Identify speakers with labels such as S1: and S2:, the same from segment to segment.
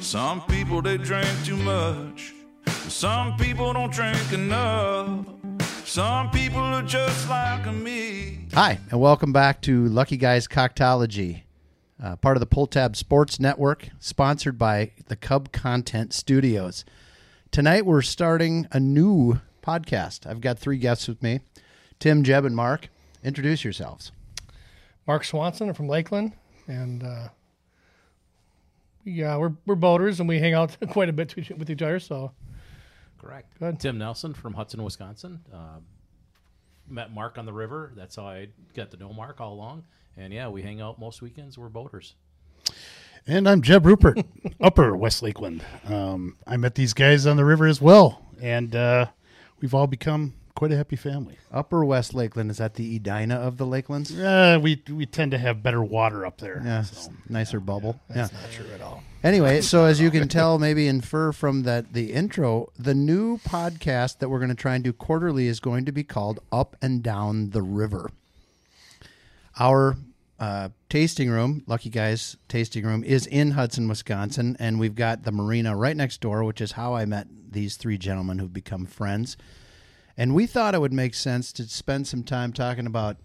S1: Some people they drink too much. Some people don't drink enough. Some people are just like me.
S2: Hi, and welcome back to Lucky Guys Coctology, uh, part of the Poltab Sports Network, sponsored by the Cub Content Studios. Tonight, we're starting a new podcast. I've got three guests with me Tim, Jeb, and Mark. Introduce yourselves.
S3: Mark Swanson. I'm from Lakeland, and uh, yeah, we're we're boaters and we hang out quite a bit to each- with each other. So
S4: Correct.
S3: Good.
S4: Tim Nelson from Hudson, Wisconsin. Um, met Mark on the river. That's how I got to know Mark all along. And yeah, we hang out most weekends. We're boaters.
S5: And I'm Jeb Rupert, Upper West Lakeland. Um, I met these guys on the river as well, and uh, we've all become quite a happy family.
S2: Upper West Lakeland, is that the Edina of the Lakelands?
S5: Uh, we we tend to have better water up there.
S2: Yeah, it's nicer bubble. Yeah.
S3: not true at all.
S2: Anyway, so as you can tell, maybe infer from that the intro, the new podcast that we're going to try and do quarterly is going to be called Up and Down the River. Our uh, tasting room, Lucky Guys Tasting Room, is in Hudson, Wisconsin, and we've got the marina right next door, which is how I met these three gentlemen who've become friends. And we thought it would make sense to spend some time talking about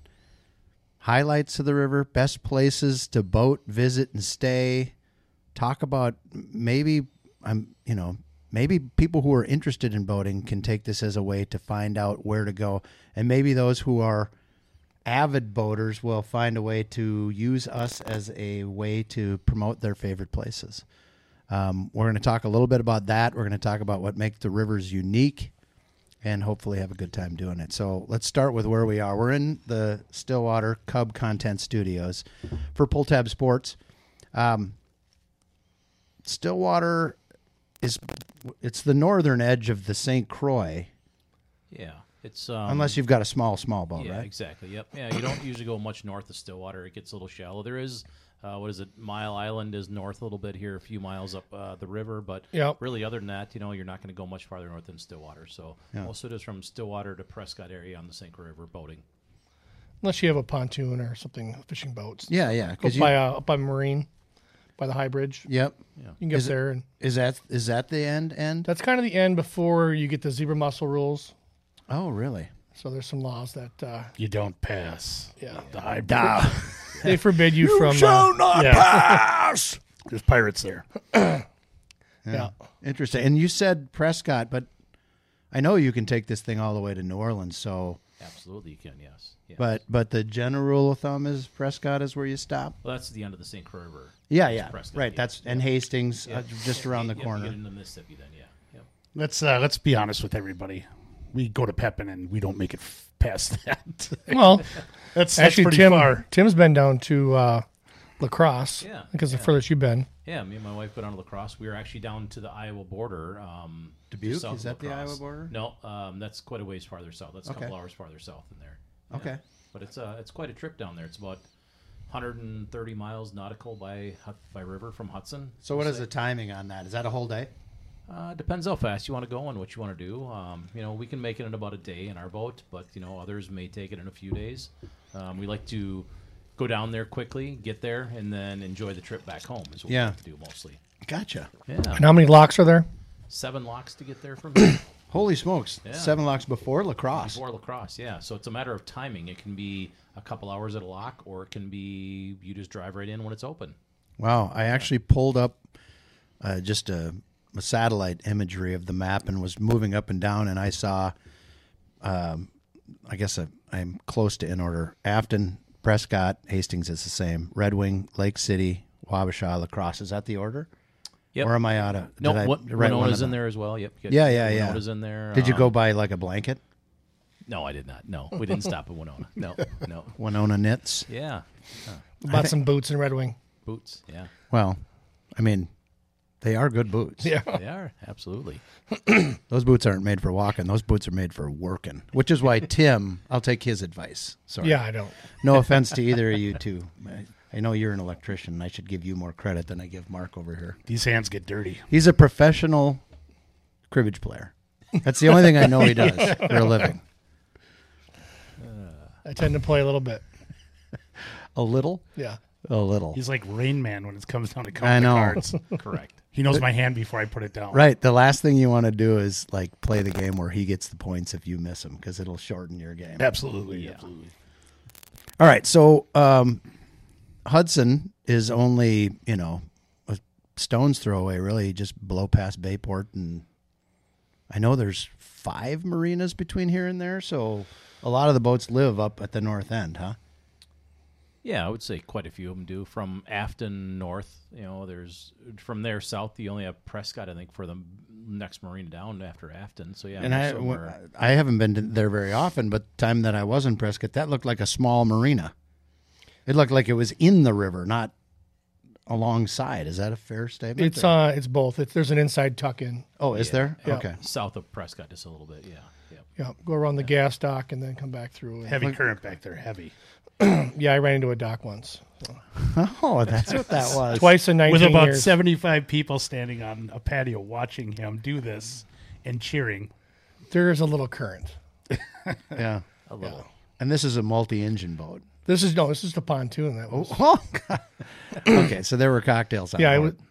S2: highlights of the river, best places to boat, visit, and stay talk about maybe I'm you know maybe people who are interested in boating can take this as a way to find out where to go and maybe those who are avid boaters will find a way to use us as a way to promote their favorite places. Um, we're going to talk a little bit about that. We're going to talk about what makes the rivers unique and hopefully have a good time doing it. So let's start with where we are. We're in the Stillwater Cub Content Studios for Pull Tab Sports. Um, Stillwater is it's the northern edge of the St. Croix,
S4: Yeah, it's um,
S2: unless you've got a small small boat,
S4: yeah,
S2: right?
S4: exactly. Yep. Yeah, you don't usually go much north of Stillwater. It gets a little shallow. There is. Uh, what is it? Mile Island is north a little bit here, a few miles up uh, the river, but
S3: Yep.
S4: really, other than that, you know, you're not going to go much farther north than Stillwater. So most of it is from Stillwater to Prescott area on the St. Croix River boating.
S3: Unless you have a pontoon or something, fishing boats.
S2: Yeah, yeah.
S3: Go
S2: Because you,
S3: by uh, up by Marine, by the High Bridge.
S2: yep.
S3: You can get
S2: Is it-
S3: there, and
S2: Is that is that the end end?
S3: that's kind of the end before you get the zebra mussel rules.
S2: Oh, really?
S3: So there's some laws that uh,
S5: You don't pass.
S3: yeah
S5: The high
S3: they forbid you, from. uh,
S5: yeah. pass. There's pirates there.
S3: yeah.
S2: Interesting. And you said Prescott, but I know you can take this thing all the way to New Orleans. So,
S4: Absolutely, you can. Yes. Yeah.
S2: but but the general rule of thumb is Prescott is where you stop.
S4: well, that's the end of the St. Croix River.
S2: Yeah, yeah.
S4: Prescott,
S2: Right.
S4: yeah.
S2: That's and Hastings uh, just around the
S4: Yep, you
S2: corner.
S4: get into Mississippi then, yeah. Yep.
S5: Let's uh, let's be honest with everybody. We go to Pepin and we don't make it f- past that.
S3: Well,
S5: that's
S3: actually,
S5: that's pretty
S3: Tim
S5: far.
S3: Tim's been down to uh, Lacrosse.
S4: Yeah,
S3: Because the
S4: yeah.
S3: furthest you've been.
S4: Yeah, me and my wife go down to lacrosse. We were actually down to the Iowa border. Um, just
S2: Dubuque?
S4: south
S2: Is that
S4: of
S2: the
S4: Lacrosse.
S2: Iowa border?
S4: No, um, that's quite a ways farther south. That's a
S2: Okay.
S4: couple hours farther south than there. Yeah.
S2: Okay.
S4: But it's uh, it's quite a trip down there. It's about 130 miles nautical by Hut- by river from Hudson.
S2: So, what is the timing on that? Is that a whole day?
S4: Uh, depends how fast you want to go and what you want to do. Um, you know, we can make it in about a day in our boat, but you know, others may take it in a few days. Um, we like to go down there quickly, get there, and then enjoy the trip back home. Is what
S2: Yeah.
S4: we like to do mostly.
S2: Gotcha.
S4: Yeah,
S3: And how many locks are there?
S4: seven locks to get there from here.
S2: Holy smokes!
S4: Yeah.
S2: Seven locks before lacrosse.
S4: Before lacrosse, yeah. So it's a matter of timing. It can be a couple hours at a lock, or it can be you just drive right in when it's open.
S2: Wow, I actually pulled up uh, just a, a satellite imagery of the map and was moving up and down, and I saw, um, I guess I, I'm close to in order. Afton, Prescott, Hastings is the same. Red Wing, Lake City, Wabasha, Lacrosse. Is that the order?
S4: Yep.
S2: Or am I out of?
S4: No,
S2: did I
S4: what,
S2: write one
S4: Winona's
S2: of
S4: in
S2: them?
S4: there as well. Yep. you got-
S2: Yeah, yeah, yeah.
S4: Winona's in there.
S2: Did you
S4: Um,
S2: go by like a blanket?
S4: No, I did not. No, we didn't stop at Winona. No, no.
S2: Winona knits.
S4: Yeah,
S3: Bought some boots in Red Wing.
S4: boots. Yeah,
S2: Well, I mean, they are good boots.
S3: Yeah.
S4: they are absolutely.
S2: Those boots aren't made for walking. Those boots are made for working, which is why Tim, I'll take his advice. Sorry.
S3: Yeah, I don't.
S2: No offense to either of you two. I, I know you're an electrician. and I should give you more credit than I give Mark over here.
S5: These hands get dirty.
S2: He's a professional cribbage player. That's the only thing I know he does for a living.
S3: I tend to play a little bit.
S2: A little,
S3: Yeah.
S2: a little.
S5: He's like Rain Man when it comes down to
S2: I
S5: counting the
S2: know.
S5: cards.
S4: Correct.
S5: He knows my hand before I put it down.
S2: Right. The last thing you want to do is like play the game where he gets the points if you miss him because it'll shorten your game.
S5: Absolutely.
S4: Yeah.
S5: Absolutely.
S2: All right. So um, Hudson is only, you know, a stone's throw away, really, just blow past Bayport. And I know there's five marinas between here and there. So a lot of the boats live up at the north end, huh?
S4: Yeah, I would say quite a few of them do. From Afton north, you know, there's from there south. You only have Prescott, I think, for the next marina down after Afton. So yeah,
S2: And
S4: there's
S2: I,
S4: somewhere-
S2: I haven't been to- there very often, but the time that I was in Prescott, that looked like a small marina. It looked like it was in the river, not alongside. Is that a fair statement?
S3: It's uh, it's both. It's, there's an inside tuck in.
S2: oh, is
S4: yeah,
S2: there?
S4: yeah,
S2: Okay.
S4: south of Prescott, just a little bit. Yeah, yeah.
S3: Yeah, go around the gas dock and then come back through. And,
S5: Heavy current back there. Heavy.
S3: yeah, I ran into a dock once,
S2: Oh, that's what that was.
S3: twice in 19
S5: With about
S3: years.
S5: 75 people standing on a patio watching him do this and cheering.
S3: There is a little current.
S2: Yeah.
S4: A little.
S2: And this is a multi-engine boat.
S3: This is no, this is the pontoon that was.
S2: Oh, God. okay. So there were cocktails. On
S3: yeah, it
S2: board.
S3: was.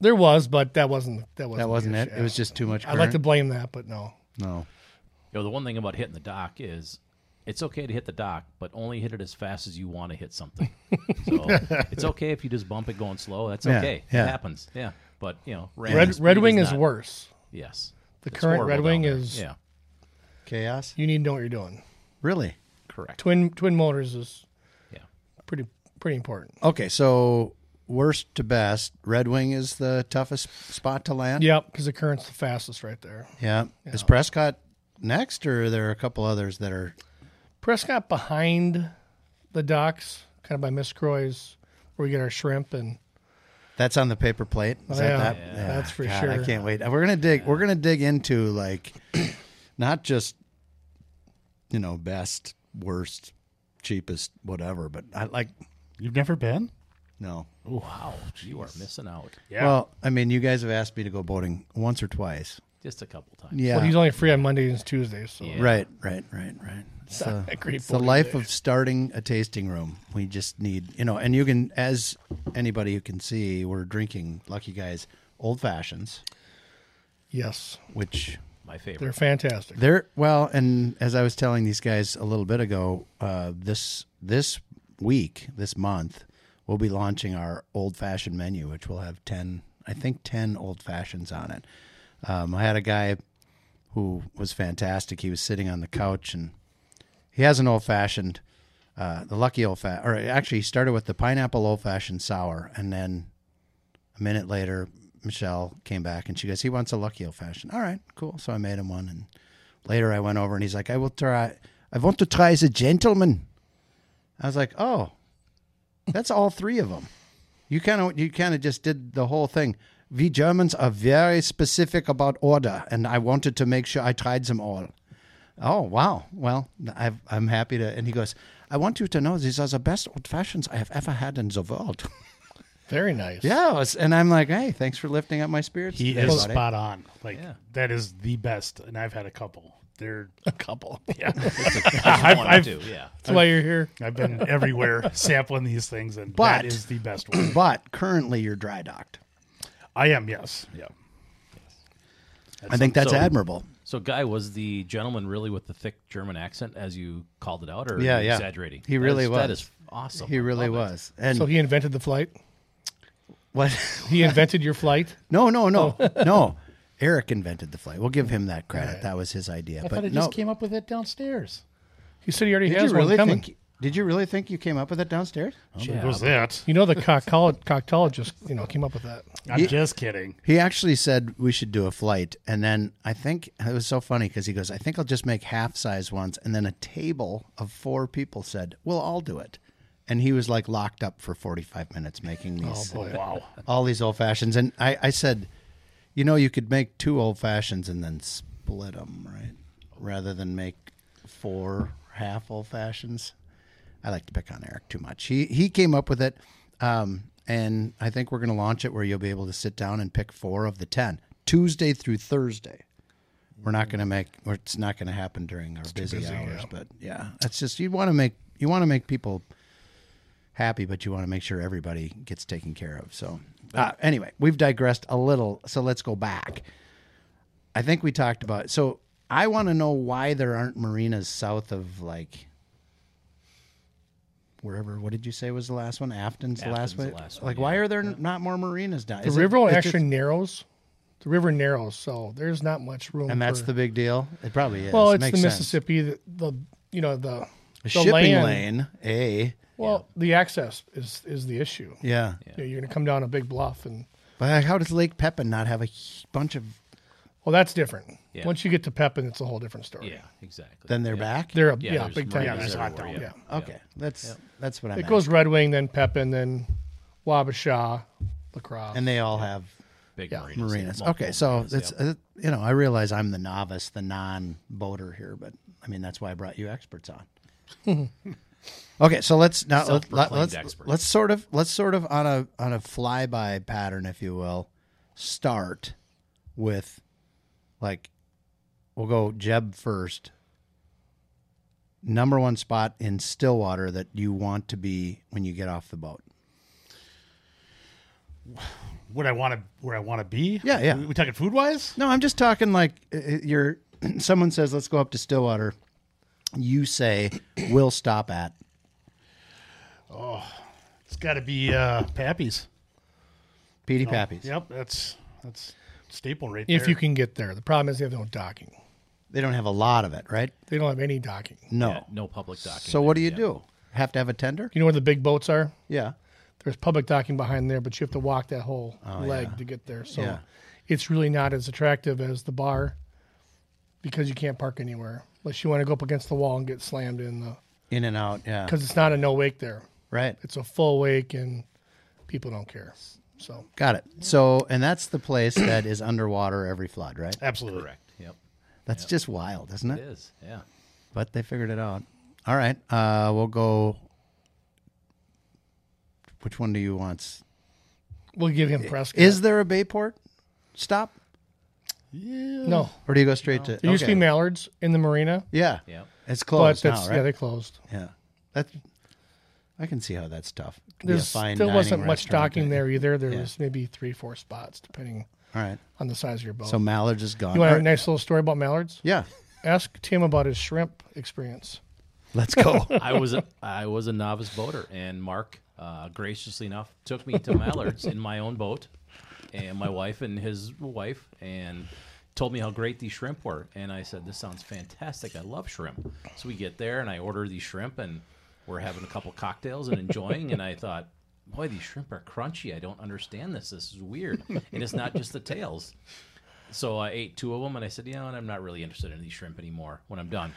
S3: There was, but that wasn't that wasn't
S2: that
S3: the
S2: wasn't it.
S3: issue.
S2: It was just too much.
S3: I'd
S2: Current.
S3: like to blame that, but no.
S2: no.
S4: You know, the one thing about hitting the dock is it's okay to hit the dock, but only hit it as fast as you want to hit something. So it's okay if you just bump it going slow. That's
S2: Yeah,
S4: okay.
S2: yeah.
S4: It happens. Yeah. But, you know, ram
S3: Red
S4: speed
S3: Red Wing is
S4: not-
S3: worse.
S4: Yes.
S3: The
S4: It's
S3: current
S4: horrible
S3: Red
S4: down
S3: Wing
S4: there.
S3: is
S4: Yeah.
S2: Chaos.
S3: you need to know what you're doing.
S2: Really?
S4: Correct.
S3: Twin twin motors is
S4: Yeah.
S3: pretty pretty important.
S2: Okay. So worst to best, Red Wing is the toughest spot to land.
S3: Yep, because the current's the fastest right there.
S2: Yeah. Is Prescott next, or are there a couple others that are?
S3: Prescott behind the docks, kind of by Miss Croy's, where we get our shrimp and
S2: That's on the paper plate. Is
S3: Oh,
S2: that
S3: yeah.
S2: that?
S3: Yeah. That's for
S2: God, I
S3: sure.
S2: can't wait. We're gonna dig. We're gonna dig into like, not just, you know, best, worst, cheapest, whatever. But I like
S5: You've never been?
S2: no.
S4: Wow. You are missing out
S5: Yeah.
S2: Well, I mean, you guys have asked me to go boating once or twice.
S4: just a couple times.
S2: Yeah.
S3: well, he's only free on Mondays and Tuesdays. So
S4: Yeah.
S2: right. Right. Right. Right. It's, uh,
S3: a great
S2: it's the
S3: boating
S2: life
S3: day.
S2: of starting a tasting room. We just need, you know, and you can, as anybody who can see, we're drinking Lucky Guys old fashions,
S3: yes,
S2: which
S4: My favorite.
S3: they're fantastic.
S2: They're well, and as I was telling these guys a little bit ago, uh, this this week, this month, we'll be launching our old fashioned menu, which will have ten, I think, ten old fashions on it. Um, I had a guy who was fantastic. He was sitting on the couch, and he has an old fashioned, uh, the lucky old fa or actually, he started with the pineapple old fashioned sour, and then a minute later, Michelle came back and she goes, "He wants a lucky old fashioned." All right, cool. So I made him one, and later I went over and he's like, "I will try. I want to try as a gentleman." I was like, "Oh, that's all three of them." You kind of you kind of just did the whole thing. We Germans are very specific about order, and I wanted to make sure I tried them all. Oh wow! Well, I've, I'm happy to. And he goes, "I want you to know these are the best old fashions I have ever had in the world."
S3: Very nice.
S2: Yeah, it was- and I'm like, hey, thanks for lifting up my spirits.
S5: He
S2: today,
S5: is
S2: buddy."
S5: spot on. Like
S4: Yeah.
S5: that is the best, and I've had a couple. They're
S3: a couple.
S5: yeah.
S4: I've,
S5: I've,
S4: one or
S5: I've,
S4: two, yeah.
S3: That's why you're here.
S5: I've been everywhere sampling these things, and
S2: But-
S5: that is the best one.
S2: But currently, you're dry docked.
S5: I am yes. Yeah.
S2: I think that's
S4: so-
S2: admirable.
S4: So, Guy, was the gentleman really with the thick German accent as you called it out, or
S2: Yeah,
S4: are you
S2: yeah.
S4: exaggerating?
S2: He
S4: That
S2: really
S4: is- That
S2: was.
S4: is awesome.
S2: He
S4: I
S2: really
S4: love it.
S2: was. And
S3: So he invented the flight.
S2: what?
S3: He invented your flight.
S2: No, no, no, no. Eric invented the flight. We'll give him that credit. That was his idea.
S5: I
S2: but
S5: thought I
S2: no,
S5: just came up with it downstairs.
S3: He said he already
S2: did
S3: has
S2: you really
S3: one coming.
S2: think? Did you really think you came up with it downstairs?
S5: Well, there goes Oh, that.
S3: You know the cockolo- coctologist, you know, came up with that.
S5: I'm just kidding.
S2: He actually said we should do a flight, and then I think it was so funny because he goes, "I think I'll just make half size ones," and then a table of four people said, "We'll all do it," and he was like locked up for forty five minutes making
S5: Oh,
S2: these
S5: Wow.
S2: all these old fashions. And I, I said, you know, you could make two old fashions and then split them, right? Rather than make four half old fashions. I like to pick on Eric too much. He he came up with it, um, and I think we're going to launch it where you'll be able to sit down and pick four of the ten Tuesday through Thursday. We're not going to make. Or it's not going to happen during our busy, hours. But yeah, that's just you want to make you want to make people happy, but you want to make sure everybody gets taken care of. So Uh, anyway, we've digressed a little, so let's go back. I think we talked about so I want to know why there aren't marinas south of like wherever. What did you say was the last one? Afton's, the
S4: Afton's
S2: last
S4: the
S2: one.
S4: last one,
S2: like, why are there n- not more marinas down?
S3: The river actually narrows. The river narrows, so there's not much room.
S2: and that's
S3: for-
S2: the big deal. It probably is.
S3: well,
S2: It
S3: it's
S2: makes
S3: the
S2: sense.
S3: Mississippi. The, the you know the, the
S2: shipping
S3: land-
S2: lane. A
S3: Well, the access is is the issue.
S2: yeah.
S3: You know, you're going to come down a big bluff, and
S2: But how does Lake Pepin not have a h- bunch of?
S3: well, that's different.
S4: Yeah.
S3: Once you get to Pepin, it's a whole different story.
S4: Yeah, exactly.
S2: Then they're
S4: yeah.
S2: back.
S3: They're a
S4: Yeah,
S3: yeah,
S4: there's
S3: big time.
S4: marinas
S3: guys.
S4: everywhere,
S3: yeah.
S4: yeah.
S2: okay. That's that's what I.
S3: It goes Red Wing, then Pepin, then Wabasha, Lacrosse.
S2: and they all have
S4: Big
S3: Yeah,
S4: marinas.
S2: marinas.
S4: multiple
S2: Okay, so
S4: marinas,
S2: it's
S4: yeah.
S2: uh, you know I realize I'm the novice, the non-boater here, but I mean that's why I brought you experts on. okay, so let's now let, let,
S4: Self-proclaimed
S2: let's
S4: experts.
S2: let's sort of let's sort of on a on a flyby pattern, if you will, start with like we'll go Jeb first. Number one spot in Stillwater that you want to be when you get off the boat.
S5: What I want to, where I want to be.
S2: Yeah, yeah.
S5: We, we talking food wise?
S2: No, I'm just talking like uh, uh, you're. Someone says, "Let's go up to Stillwater." You say, "We'll stop at."
S5: It's got to be uh, Pappy's.
S2: Petey Pappy's.
S5: Yep, that's that's staple right there.
S3: if you can get there, the problem is they have no docking.
S2: They don't have a lot of it, right?
S3: They don't have any docking.
S2: No.
S4: Yeah, no public docking.
S2: oh. so what do you do? Have to have a tender?
S3: You know where the big boats are?
S2: Yeah.
S3: There's public docking behind there, but you have to walk that whole leg to get there. So
S2: Yeah.
S3: it's really not as attractive as the bar because you can't park anywhere unless you want to go up against the wall and get slammed in the
S2: In and out. Yeah.
S3: because it's not a no wake there.
S2: Right.
S3: It's a full wake and people don't care. So
S2: Got it. So, and that's the place that is underwater every flood, right?
S5: Absolutely.
S4: Correct. Yep.
S2: That's just wild, isn't
S4: It
S2: it?
S4: is. Yeah.
S2: But they figured it out. All right. Uh, we'll go. Which one do you want?
S3: we'll give him Prescott.
S2: Is there a Bayport stop,
S5: Yeah.
S3: no.
S2: or do you go straight to?
S3: There used to be
S2: okay.
S3: Mallards in the marina,
S2: Yeah.
S4: Yeah.
S2: It's
S3: but
S2: closed
S3: that's
S2: now, right?
S3: yeah they closed.
S2: Yeah. That I can see how that's tough. It could be a
S3: There's
S2: fine
S3: still
S2: dining
S3: wasn't much
S2: restaurant,
S3: docking
S2: but-
S3: there either. There
S2: Yeah.
S3: was maybe three, four spots depending
S2: All right.
S3: on the size of your boat.
S2: So Mallard's is gone.
S3: you want
S2: All
S3: a
S2: right.
S3: nice little story about Mallards?
S2: Yeah.
S3: Ask Tim about his shrimp experience.
S2: Let's go.
S4: I was a, I was a novice boater, and Mark uh, graciously enough took me to Mallard's in my own boat, and my wife and his wife, and told me how great these shrimp were. And I said, "This sounds fantastic. I love shrimp." So we get there, and I order these shrimp, and we're having a couple cocktails and enjoying. And I thought, "Boy, these shrimp are crunchy. I don't understand this. This is weird." And it's not just the tails. So I ate two of them, and I said, "You know, what? I'm not really interested in these shrimp anymore. When I'm done."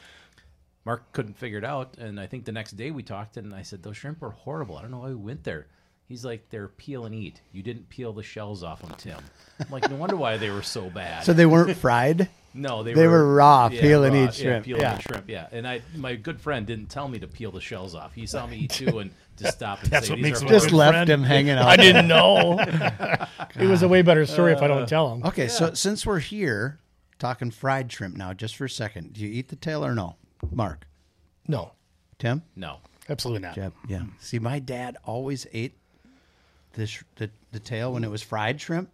S4: Mark couldn't figure it out, and I think the next day we talked, and I said those shrimp were horrible. I don't know why we went there. He's like, they're peel and eat. You didn't peel the shells off them, Tim. I'm like, no wonder why they were so bad.
S2: so they weren't fried?
S4: no, they,
S2: they were raw, peel and eat
S4: yeah,
S2: shrimp,
S4: peel and
S2: yeah.
S4: eat shrimp. Yeah, and I, my good friend didn't tell me to peel the shells off. He saw me eat two and just stop and
S5: That's
S4: say these
S5: what makes
S4: are
S5: it
S4: horrible."
S2: Just
S5: Good
S2: left
S5: friend.
S2: him hanging out.
S3: I didn't know. it was a way better story if I don't tell him.
S2: Ah. Okay, so since we're here talking fried shrimp now, just for a second, do you eat the tail or no? Mark.
S3: No.
S2: Tim?
S4: no.
S5: Absolutely not.
S2: Jeb. Yeah. See, my dad always ate the sh- the, the tail when it was fried shrimp.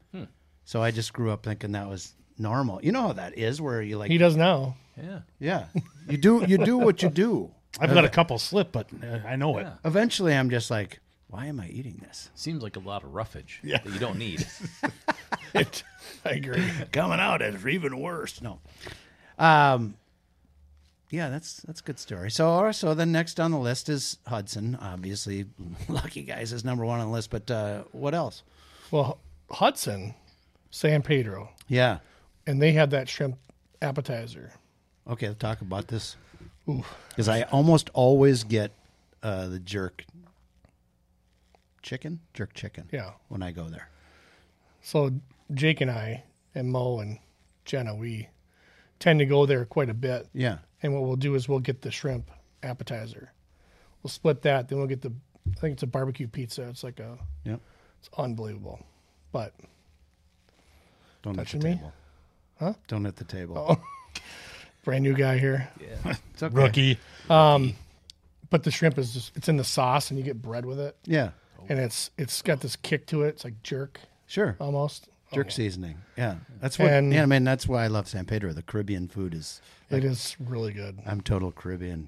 S2: So I just grew up thinking that was normal. You know how that is where you like
S3: He does now.
S4: Yeah.
S2: Yeah, you do. You do what you do.
S5: I've let a couple slip, but uh, I know it.
S2: Eventually, I'm just like, why am I eating this?
S4: Seems like a lot of roughage that you don't need.
S3: I agree.
S2: Coming out is even worse. No. Um. Yeah, that's that's a good story. So, all right, so then next on the list is Hudson. Obviously, Lucky Guys is number one on the list. But uh, what else?
S3: Well, Hudson, San Pedro,
S2: Yeah.
S3: and they had that shrimp appetizer.
S2: Okay, let's talk about this. Because I almost always get uh, the jerk chicken, jerk chicken.
S3: Yeah.
S2: When I go there.
S3: So Jake and I and Mo and Jenna, we tend to go there quite a bit.
S2: Yeah.
S3: And what we'll do is we'll get the shrimp appetizer. We'll split that, then we'll get the I think it's a barbecue pizza. It's like a
S2: Yep.
S3: it's unbelievable. But
S2: Don't
S3: Touching
S2: hit the
S3: me? Oh,
S2: table. Huh? Don't hit the table.
S3: brand new guy here.
S2: It's okay.
S5: Rookie.
S3: But the shrimp is just it's in the sauce and you get bread with it.
S2: Yeah.
S3: and it's it's got this kick to it. It's like jerk
S2: Sure.
S3: almost.
S2: Jerk seasoning. Yeah. That's what
S3: Oh. And-
S2: yeah, I mean, that's why I love San Pedro. The Caribbean food is
S3: It is really good.
S2: I'm total Caribbean.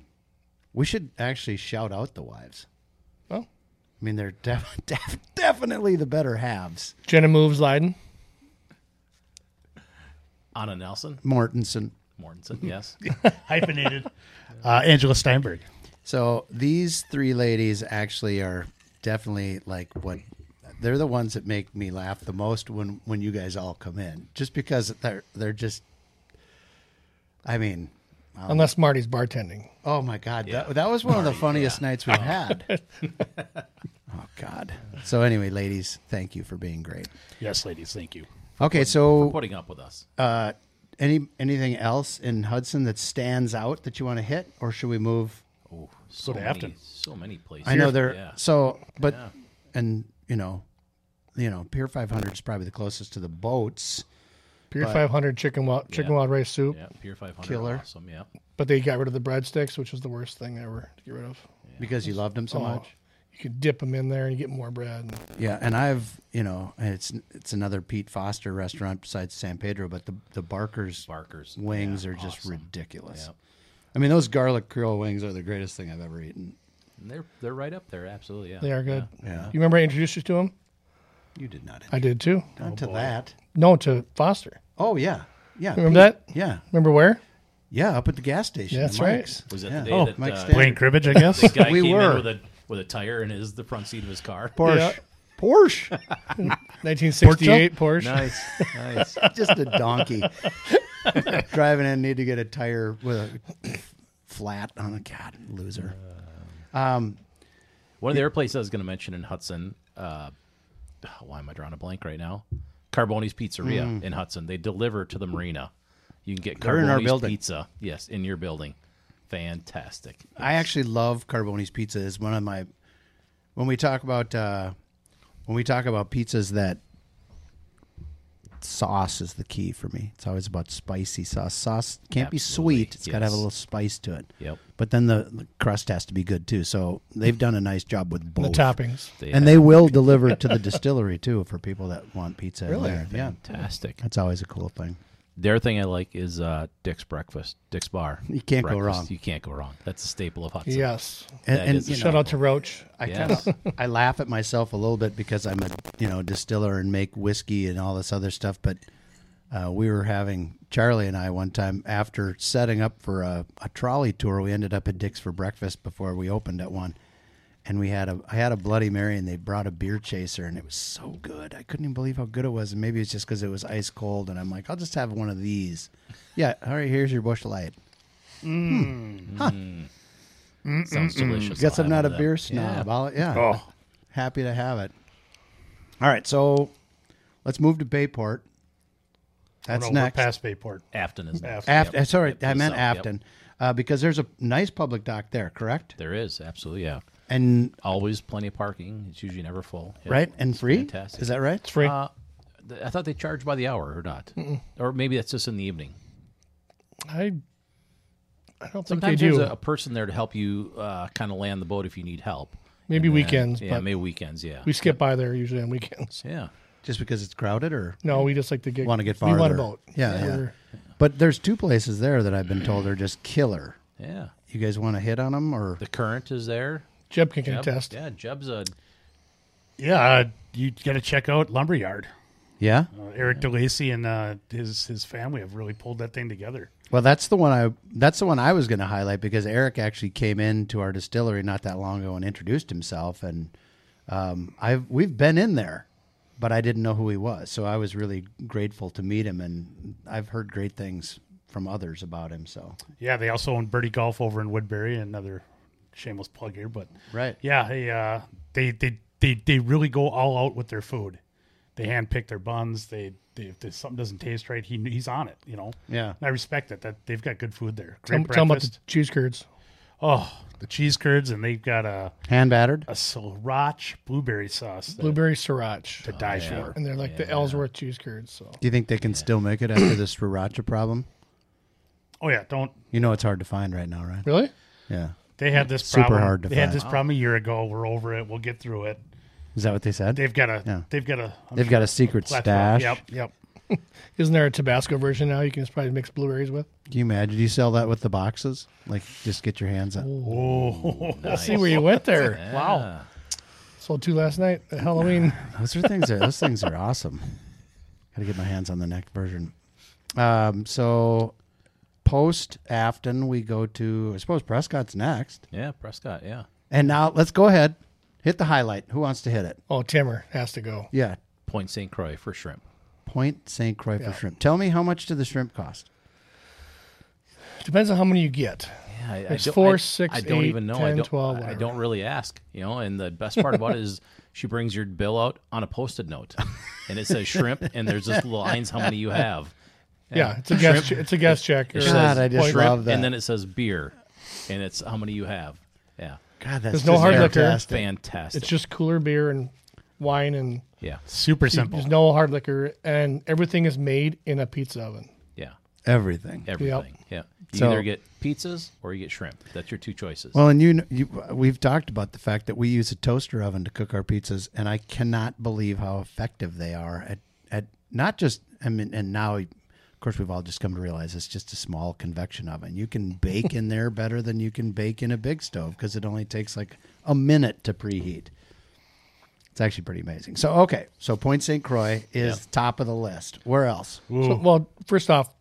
S2: We should actually shout out the wives.
S3: Well,
S2: I mean, they're def- def- definitely the better halves.
S3: Jenna moves Leiden.
S4: Anna Nelson,
S2: Mortensen.
S4: Mortensen, yes.
S5: Hyphenated. Uh, Angela Steinberg.
S2: So these three ladies actually are definitely like what they're the ones that make me laugh the most when when you guys all come in, just because they're they're just. I mean,
S3: Unless Marty's bartending.
S2: oh my god,
S4: Yeah.
S2: that, that was one of the funniest nights we've had. oh god. So anyway, ladies, thank you for being great.
S5: Yes, ladies, thank you.
S2: Okay, so
S4: Putting up with us.
S2: uh, any anything else in Hudson that stands out that you want to hit, or should we move
S4: Oh, so
S5: to
S4: many,
S5: Afton.
S4: So many places.
S2: I know they're
S4: Yeah.
S2: so, but and you know, you know, Pier 500 is probably the closest to the boats.
S3: Pier 500 chicken wild, chicken
S4: Yeah.
S3: wild rice soup,
S4: Yeah, Pier 500.
S2: Killer.
S4: Awesome, yeah.
S3: but they got rid of the breadsticks, which was the worst thing ever to get rid of.
S2: Because you loved them so
S4: Oh.
S2: much,
S3: You could dip them in there and you get more bread. And
S2: yeah. And I've, you know, and it's it's another Pete Foster restaurant besides San Pedro, but the the Barker's
S4: Barker's.
S2: wings
S4: yeah,
S2: are just
S4: awesome.
S2: ridiculous.
S4: Yep.
S2: I mean, those garlic Creole wings are the greatest thing I've ever eaten.
S4: And they're, they're right up there, absolutely, yeah.
S3: they are good.
S2: Yeah.
S3: You remember I introduced you to them?
S2: You did not,
S3: I did too.
S2: not to that.
S3: No, to Foster.
S2: Oh yeah, yeah.
S3: Remember that?
S2: Yeah,
S3: Remember where?
S2: yeah. Up at the gas station.
S3: That's
S2: the
S3: right.
S2: Mike's.
S4: Was that
S2: Yeah.
S4: the day
S2: Oh,
S4: that
S2: Mike's
S4: uh,
S2: Dad.
S5: Playing cribbage, I guess.
S4: guy
S2: We
S4: came
S2: were.
S4: in with a, with a tire in his, the front seat of his car?
S2: Porsche?
S3: Yeah.
S2: Porsche.
S3: 1968 Porsche.
S4: Nice, nice.
S2: just a donkey driving in need to get a tire with a flat on a god loser
S4: One of the other places I was going to mention in Hudson, uh, why am I drawing a blank right now? Carboni's Pizzeria in Hudson. They deliver to the marina. You can get
S2: Mm. They're in our
S4: Carboni's
S2: building.
S4: Pizza, yes, in your building. Fantastic.
S2: i actually love carboni's pizza is one of my when we talk about uh when we talk about pizzas that sauce is the key for me it's always about spicy sauce sauce can't be
S4: Absolutely,
S2: sweet It's got to have a
S4: yes.
S2: little spice to it
S4: Yep.
S2: but then the, the crust has to be good too so they've done a nice job with
S3: The
S2: both
S3: toppings.
S2: and they will deliver to the distillery too for people that want pizza in
S3: Really?
S2: there. yeah
S4: Fantastic.
S2: That's always a cool thing.
S4: The other thing I like is uh, Dick's Breakfast, Dick's Bar.
S2: You can't go
S4: Breakfast,
S2: wrong.
S4: You can't go wrong. That's a staple of Hudson.
S3: Yes.
S2: And,
S4: That
S2: and,
S4: is a
S2: you know,
S3: Shout out to Roach.
S2: I
S4: Yes.
S2: kinda- I laugh at myself a little bit because I'm a you know distiller and make whiskey and all this other stuff. But uh, we were having Charlie and I one time after setting up for a, a trolley tour. We ended up at Dick's for breakfast before we opened at one, and we had a I had a Bloody Mary and they brought a beer chaser and it was so good. I couldn't even believe how good it was. And maybe it's just because it was ice cold. And I'm like, I'll just have one of these. Yeah, all right. Here's your bush light.
S4: Sounds delicious.
S2: Guess
S4: I'll
S2: I'm
S4: have
S2: not a
S4: that.
S2: beer snob.
S4: Yeah.
S2: I'll, yeah.
S5: Oh.
S2: Happy to have it. All right, so let's move to Bayport. That's
S5: No, we're
S2: next.
S5: Past Bayport.
S4: Afton is next.
S2: Aft-
S4: Yep.
S2: Sorry,
S4: Yep,
S2: I
S4: it's
S2: meant
S4: south. Yep.
S2: Afton uh, because there's a nice public dock there, correct?
S4: There is, absolutely, yeah.
S2: And
S4: Always plenty of parking. It's usually never full. Yep.
S2: right and
S4: It's
S2: free.
S4: Fantastic.
S2: Is that right?
S3: It's free.
S4: Uh, th- I thought they charged by the hour or not, or maybe that's just in the evening.
S3: I I don't think they
S4: Sometimes there's
S3: do.
S4: a, a person there to help you uh, kind of land the boat if you need help.
S3: maybe weekends,
S4: yeah,
S3: but
S4: maybe weekends. Yeah,
S3: we skip by there usually on weekends.
S4: yeah.
S2: Just because it's crowded, or
S3: No, we just like to get
S2: want to get
S3: We
S2: farther?
S3: want a boat.
S2: Yeah, yeah.
S3: We're-
S2: But there's two places there that I've been told are just killer.
S4: Yeah,
S2: You guys want to hit on them, or
S4: the current is there.
S3: Jeb can
S4: Jeb-
S3: contest.
S4: Yeah, Jeb's a
S5: Yeah, uh, you got to check out Lumberyard.
S2: yeah?
S5: Uh, Eric DeLacy and uh, his his family have really pulled that thing together.
S2: Well, that's the one I that's the one I was going to highlight because Eric actually came into our distillery not that long ago and introduced himself, and um, I've we've been in there, but I didn't know who he was, so I was really grateful to meet him, and I've heard great things from others about him. So
S5: Yeah, they also own Birdie Golf over in Woodbury. Another shameless plug here, but
S2: Right.
S5: Yeah, they uh, they, they they they really go all out with their food. They handpick their buns. They, they if there's something doesn't taste right, he he's on it. You know.
S2: Yeah.
S5: And I respect it. That they've got good food there.
S3: Tell,
S5: Great
S3: tell 'em about the
S5: breakfast.
S3: cheese curds.
S5: oh, the cheese curds, and they've got a
S2: hand battered,
S5: a sriracha blueberry sauce that,
S3: Blueberry sriracha.
S5: to die
S2: Oh,
S5: for.
S3: and they're like the Ellsworth cheese curds. So
S2: do you think they can still make it after this sriracha problem?
S5: Oh yeah, don't
S2: You know it's hard to find right now, right?
S3: really,
S2: Yeah,
S5: They had this
S2: Super
S5: problem.
S2: hard to
S5: they had
S2: find.
S5: this problem a year ago. We're over it. We'll get through it.
S2: Is that what they said?
S5: They've got a.
S2: Yeah.
S5: They've got a. I'm
S2: They've got a secret
S5: platform.
S2: stash.
S5: Yep. Yep.
S3: Isn't there a Tabasco version now? You can just probably mix blueberries with.
S2: Can you imagine? Do you sell that with the boxes? Like, just get your hands on.
S5: Oh,
S3: I see where you went there. Wow. Sold two last night at Halloween.
S2: Those are things. That, those things are awesome. Got to get my hands on the neck version. Um, so, post Afton, we go to I suppose Prescott's next,
S4: Yeah, Prescott. Yeah.
S2: and now let's go ahead, hit the highlight. Who wants to hit it?
S3: Oh, Timmer has to go.
S2: Yeah,
S4: Point St. Croix for shrimp.
S2: Point St. Croix for shrimp. Tell me how much did the shrimp cost?
S3: Depends on how many you get.
S4: Yeah, I,
S3: There's
S4: I don't,
S3: four,
S4: I-
S3: six,
S4: I don't
S3: eight,
S4: even know. I
S3: 10,
S4: don't.
S3: 12,
S4: I
S3: whatever.
S4: don't really ask. You know, and the best part about it is she brings your bill out on a post-it note, and it says shrimp, and there's just lines how many you have.
S3: Yeah, it's a guess. che- it's a guess check.
S4: It
S3: or-
S4: says
S2: God, I just
S4: shrimp,
S2: love that.
S4: And then it says beer, and it's how many you have. Yeah,
S2: God, that's
S3: There's no
S2: just
S3: hard liquor.
S2: fantastic.
S4: fantastic.
S3: it's just cooler beer and wine, and
S4: yeah,
S5: super simple.
S3: there's no hard liquor, and everything is made in a pizza oven.
S4: yeah,
S2: Everything.
S4: everything. Yeah, you
S2: So-
S4: either get pizzas or you get shrimp. That's your two choices.
S2: Well, and you, kn- you, we've talked about the fact that we use a toaster oven to cook our pizzas, and I cannot believe how effective they are at, at not just. I mean, and now, of course, we've all just come to realize it's just a small convection oven. You can bake in there better than you can bake in a big stove because it only takes like a minute to preheat. It's actually pretty amazing. So, okay, so Point Saint Croix is top of the list. Where else?
S3: So, well, first off,